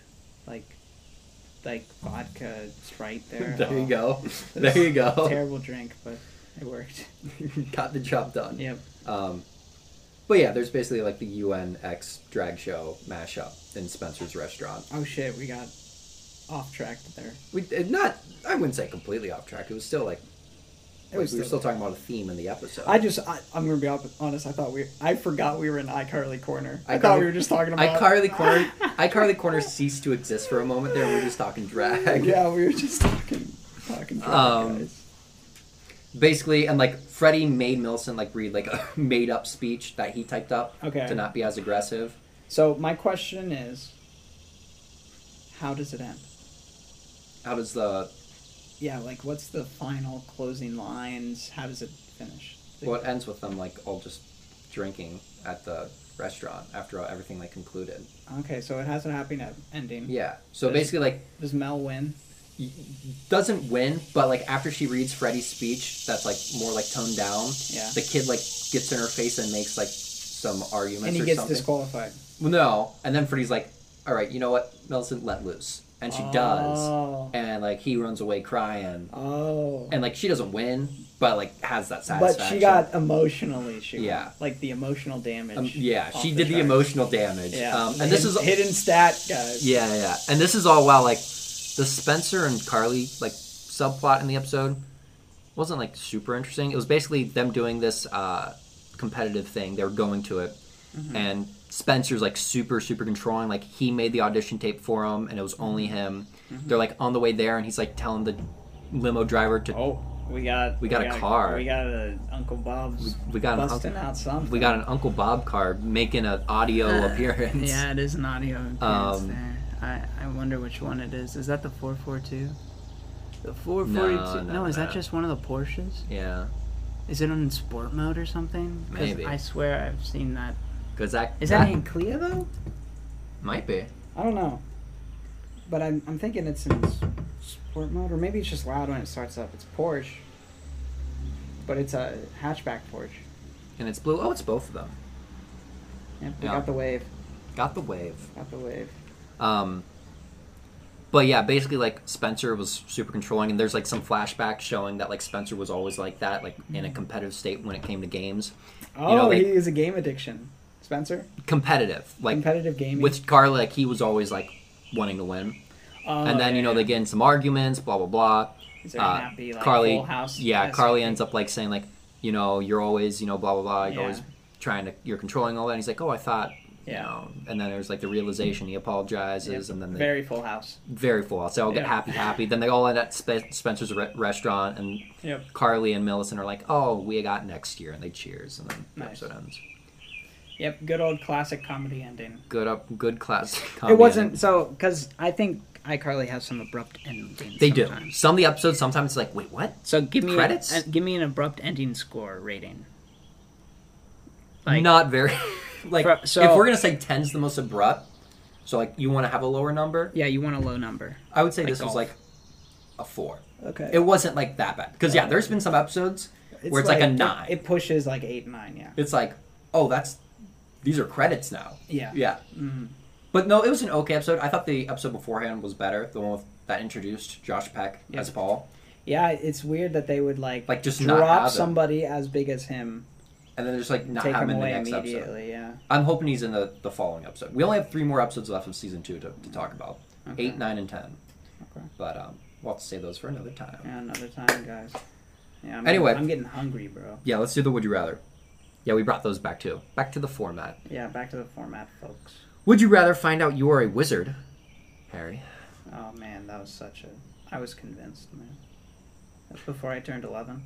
B: like, like vodka sprite there.
A: *laughs* there
B: Oh,
A: you go.
B: *laughs* it
A: There you
B: was a
A: go.
B: Terrible drink, but it worked. *laughs*
A: *laughs* Got the job done.
B: Yep.
A: Um, but yeah, there's basically like the UNX drag show mashup in Spencer's restaurant.
B: Oh shit, we got off track there.
A: We did not. I wouldn't say completely off track. It was still like
B: It was
A: we were still talking about a theme in the episode.
B: I just, I, I'm gonna be op- honest. I thought we, I forgot we were in iCarly corner. I,
A: iCarly-
B: thought we were just talking about
A: iCarly corner, iCarly corner ceased to exist for a moment there. and We are just talking
B: *laughs*
A: drag,
B: Yeah, we were just talking, talking drag
A: Um,
B: guys.
A: basically. And like Freddie made Milson like read like a *laughs* made up speech that he typed up
B: Okay.
A: to not be as aggressive.
B: So my question is, how does it end?
A: How does the
B: Yeah, like what's the final closing lines? How does it finish?
A: well it ends with them like all just drinking at the restaurant after all, everything like concluded.
B: Okay, so it has a happy ne- ending.
A: Yeah. So basically like
B: Does Mel win?
A: doesn't win, but like after she reads Freddie's speech, that's like more like toned down.
B: Yeah.
A: The kid like gets in her face and makes like some arguments
B: and he
A: or
B: gets
A: something.
B: disqualified.
A: Well, no, and then Freddie's like, "All right, you know what, Millicent, let loose," and she does,
B: Oh.
A: and like he runs away crying,
B: Oh.
A: and like she doesn't win, but like has that
B: but
A: satisfaction.
B: she got emotionally. She won.
A: Yeah.
B: like the emotional damage.
A: Um, yeah,
B: off
A: she did the
B: charts.
A: emotional damage.
B: Yeah,
A: Um, and this
B: Hidden-
A: is
B: hidden stat, guys.
A: Yeah, yeah. And this is all while like the Spencer and Carly like subplot in the episode wasn't like super interesting. It was basically them doing this uh competitive thing. They were going to it. And Spencer's like super super controlling. Like he made the audition tape for him and it was only him. They're like on the way there and he's like telling the limo driver to
B: Oh, we got
A: We got a car.
B: We got a Uncle Bob's
A: we got an
B: busting
A: uncle,
B: out something.
A: we got an Uncle Bob car making an
B: *laughs*
A: audio appearance.
L: Uh, Yeah, it is an audio appearance
A: Um,
L: there. I, I wonder which one it is. Is that the 442? The 442?
A: no,
L: is
A: no.
L: that just one of the Porsches?
A: Yeah.
L: Is it on sport mode or something? 'Cause
A: Maybe.
L: I swear I've seen that.
A: Cuz that
L: Is that, in Cleo though?
A: might be.
B: I don't know, but I'm I'm thinking it's in s- sport mode, or maybe it's just loud when it starts up. It's Porsche, but it's a hatchback Porsche.
A: And it's blue. Oh, it's both of them.
B: Yep, we
A: Yeah.
B: got the wave.
A: Got the wave.
B: Got the wave.
A: Um, but yeah, basically, like Spencer was super controlling, and there's like some flashback showing that like Spencer was always like that, like in a
B: Mm.
A: competitive state when it came to games,
B: Oh,
A: know, like-
B: he is a game addiction, Spencer.
A: competitive, like
B: Competitive gaming.
A: with Carla, like he was always like wanting to win,
B: Oh,
A: and then you know
B: yeah,
A: they
B: yeah.
A: get in some arguments, blah blah blah. Uh,
B: He's very happy, like,
A: Carly,
B: Full House
A: yeah,
B: esque.
A: Carly ends up like saying like, you know, you're always, you know, blah blah blah, you're
B: Yeah.
A: always trying to, you're controlling all that. And he's like, oh, I thought,
B: Yeah.
A: you know, and then there's like the realization he apologizes, and then they
B: very Full House.
A: very full. I'll say I'll get
B: Yeah.
A: happy, happy. Then they all end at Spe- Spencer's re- restaurant, and
B: Yep.
A: Carly and Millicent are like, "Oh, we got next year," and they cheers, and then
B: Nice.
A: the episode ends.
B: Yep. Good old classic comedy ending.
A: Good up, good class.
L: It wasn't so because I think iCarly has some abrupt endings.
A: They do
L: sometimes.
A: some of the episodes. Sometimes it's like, wait, what?
L: So give me
A: Credits?
L: A, give me an abrupt ending score rating.
A: Not very. *laughs* like,
L: Fro- so-
A: if we're gonna say ten's the most abrupt, so like you want to have a lower number,
L: Yeah, you want a low number.
A: I would say
L: Like
A: this was
L: golf.
A: like a four.
B: Okay.
A: It wasn't like that bad because yeah, there's been some episodes where it's like, a nine.
B: It pushes like eight, nine. Yeah.
A: it's like, oh, that's these are credits now.
B: Yeah.
A: Yeah. Mm-hmm. But no, it was an okay episode. I thought the episode beforehand was better. The one with, that introduced Josh Peck
B: Yeah.
A: as Paul,
B: Yeah. It's weird that they would like
A: Like, just not have
B: drop
A: him.
B: somebody as big as him,
A: and then there's like not
B: take
A: have
B: him
A: in the
B: away
A: next episode.
B: immediately. Yeah.
A: I'm hoping he's in the, the following episode. We only have three more episodes left of season two to, to talk about
B: Okay.
A: eight, nine, and ten.
B: Okay.
A: But um, we'll have to save those for another time. Yeah.
B: Yeah. Another time, guys. Yeah. I'm
A: Anyway.
B: I'm getting hungry, bro.
A: let's do the Would You Rather. Yeah, we brought those back too. Back to the format.
B: Yeah. Back to the format, folks.
A: Would you rather find out you are a wizard, Harry?
B: Oh man, that was such a. I was convinced, man. That's before I turned eleven.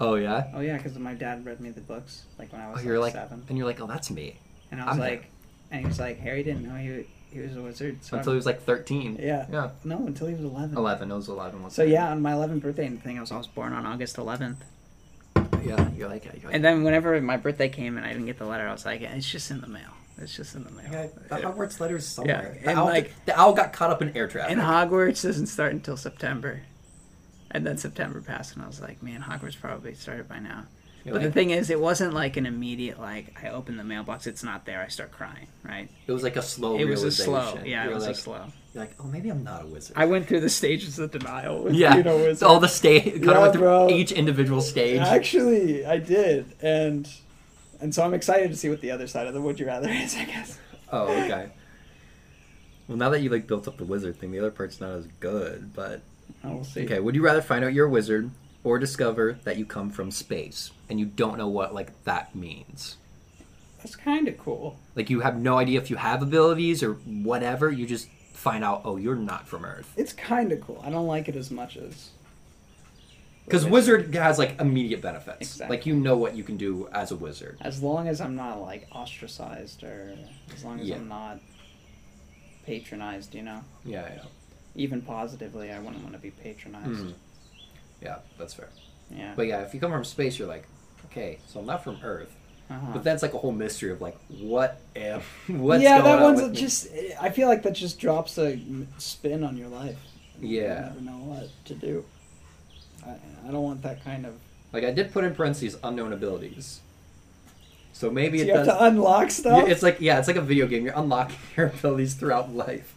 A: Oh yeah.
B: Oh yeah, because my dad read me the books like when I
A: Oh,
B: was
A: you're
B: like,
A: like,
B: seven,
A: and you're like, oh, that's me.
B: and I was
A: I'm
B: like, and he was like, Harry didn't know he he was a wizard. So
A: Until he was like 13.
B: yeah,
A: Yeah.
B: no, until he was eleven.
A: 11. It was 11. Wasn't
B: So
A: it?
B: yeah, on my 11th birthday, and
L: I think I was I was born on August 11th,
A: Oh, Yeah, you're like, you're like
L: and then whenever my birthday came and I didn't get the letter, I was like, it's just in the mail. It's just in the mail.
A: Yeah, the Hogwarts letters somewhere.
L: Yeah,
A: the,
L: and
A: owl,
L: like-
A: the owl got caught up in air traffic.
L: And Hogwarts doesn't start until September. And then September passed, and I was like, man, Hogwarts probably started by now.
A: You're
L: but the
A: like-
L: thing is, it wasn't like an immediate, like, I open the mailbox, it's not there, I start crying, right?
A: it was like a slow
L: it was a
A: realization.
L: slow. Yeah,
A: You're
L: it was
A: like,
L: a slow.
A: You're like, oh, maybe I'm not a wizard.
L: I went through the stages of denial. *laughs* with
A: yeah,
B: you know,
A: it's
B: wizard.
A: all the stage. Kind
B: Yeah,
A: of went through
B: bro.
A: each individual stage.
B: actually, I did, and and so I'm excited to see what the other side of the would you rather *laughs* is. I guess.
A: Oh, okay. Well, now that you like built up the wizard thing, the other part's not as good. But
B: Oh, we'll see.
A: okay, would you rather find out you're a wizard or discover that you come from space and you don't know what like that means?
B: That's kind of cool.
A: Like you have no idea if you have abilities or whatever. You just find out, oh, you're not from Earth.
B: It's kind of cool. I don't like it as much as.
A: Because wizard has like immediate benefits.
B: Exactly.
A: Like you know what you can do as a wizard.
B: As long as I'm not like ostracized, or as long as
A: Yeah.
B: I'm not patronized, you know.
A: Yeah, yeah,
B: Even positively, I wouldn't want to be patronized.
A: Mhm. yeah. That's fair.
B: Yeah.
A: But yeah, if you come from space, you're like, okay, so I'm not from Earth.
B: uh-huh.
A: But that's like a whole mystery of like, what am? *laughs* What's
B: yeah,
A: going
B: that
A: on
B: one's
A: with me?
B: just. I feel like that just drops a spin on your life.
A: Yeah.
B: You never know what to do. I, I don't want that kind of.
A: Like I did put in parentheses unknown abilities. So maybe
B: So
A: it
B: you have
A: does.
B: to unlock
A: Yeah,
B: stuff.
A: *laughs* it's like yeah, it's like a video game. You're unlocking your abilities throughout life.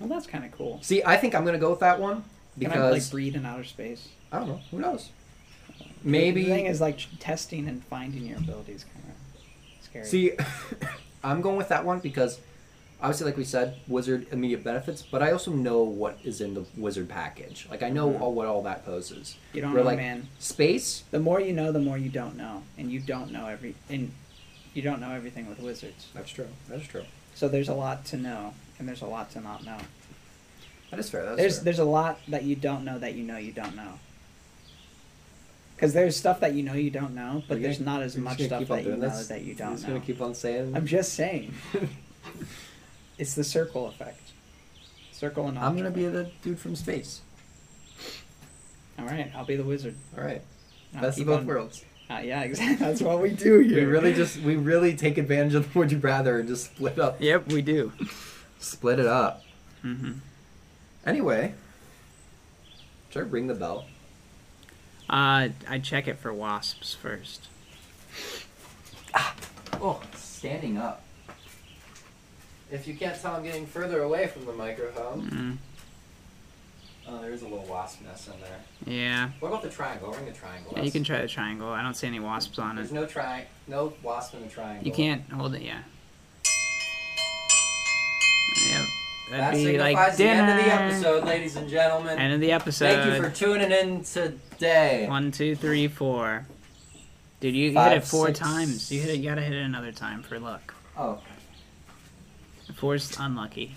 B: Well, that's kind of cool.
A: See, I think I'm gonna go with that one
B: Can I like
A: because
B: breathe in outer space?
A: I don't know. Who knows?
B: The thing
A: Maybe.
B: is like testing and finding your abilities kind of scary.
A: *laughs* See, I'm going with that one because obviously, like we said, wizard immediate benefits, but I also know what is in the wizard package. Like I know all, what all that poses.
B: Mm-hmm. you don't
A: We're
B: know,
A: like
B: man.
A: space.
B: The more you know, the more you don't know, and you don't know every and you don't know everything with wizards.
A: That's true. That's true.
B: So there's a lot to know, and there's a lot to not know.
A: That is fair. That's
B: there's
A: fair.
B: there's a lot that you don't know that you know you don't know. Because there's stuff that you know you don't know, but
A: We're
B: there's
A: gonna-
B: not as
A: we're just
B: much
A: gonna
B: stuff
A: keep on
B: that you
A: doing
B: know
A: this?
B: that you
A: We're
B: don't
A: Just
B: know.
A: gonna keep on saying.
B: I'm just
A: *laughs*
B: saying. it's the circle effect. Circle and
A: I'm
B: object.
A: gonna be the dude from space.
B: All right, I'll be the wizard.
A: All right.
B: I'll
A: Best of
B: keep
A: both
B: on-
A: worlds.
B: *laughs* Uh, yeah, exactly. *laughs* That's what we do here.
A: We really just we really take advantage of the would you rather and just split up
M: Yep, we do.
A: split it up.
B: Mm-hmm.
M: hmm
A: Anyway, should I ring the bell?
M: Uh, I check it for wasps first.
A: Oh, standing up.
N: If you can't tell, I'm getting further away from the microphone.
M: Mm,
A: Oh, there's a little wasp nest in there.
M: yeah.
N: What about the triangle? Ring the triangle.
M: yeah, you can try the triangle. I don't see any wasps on it.
N: There's no tri, no wasp in the triangle.
M: You can't hold it. Yeah. Yep.
N: That
M: That'd be
N: signifies
M: like
N: the
M: dinner.
N: end of the episode, ladies and gentlemen.
M: End of the episode.
N: Thank you for tuning in today.
M: One, two, three, four. Dude, you
N: Five,
M: hit it four
N: six.
M: times. You hit it. You gotta hit it another time for luck.
N: Oh.
M: Four's unlucky.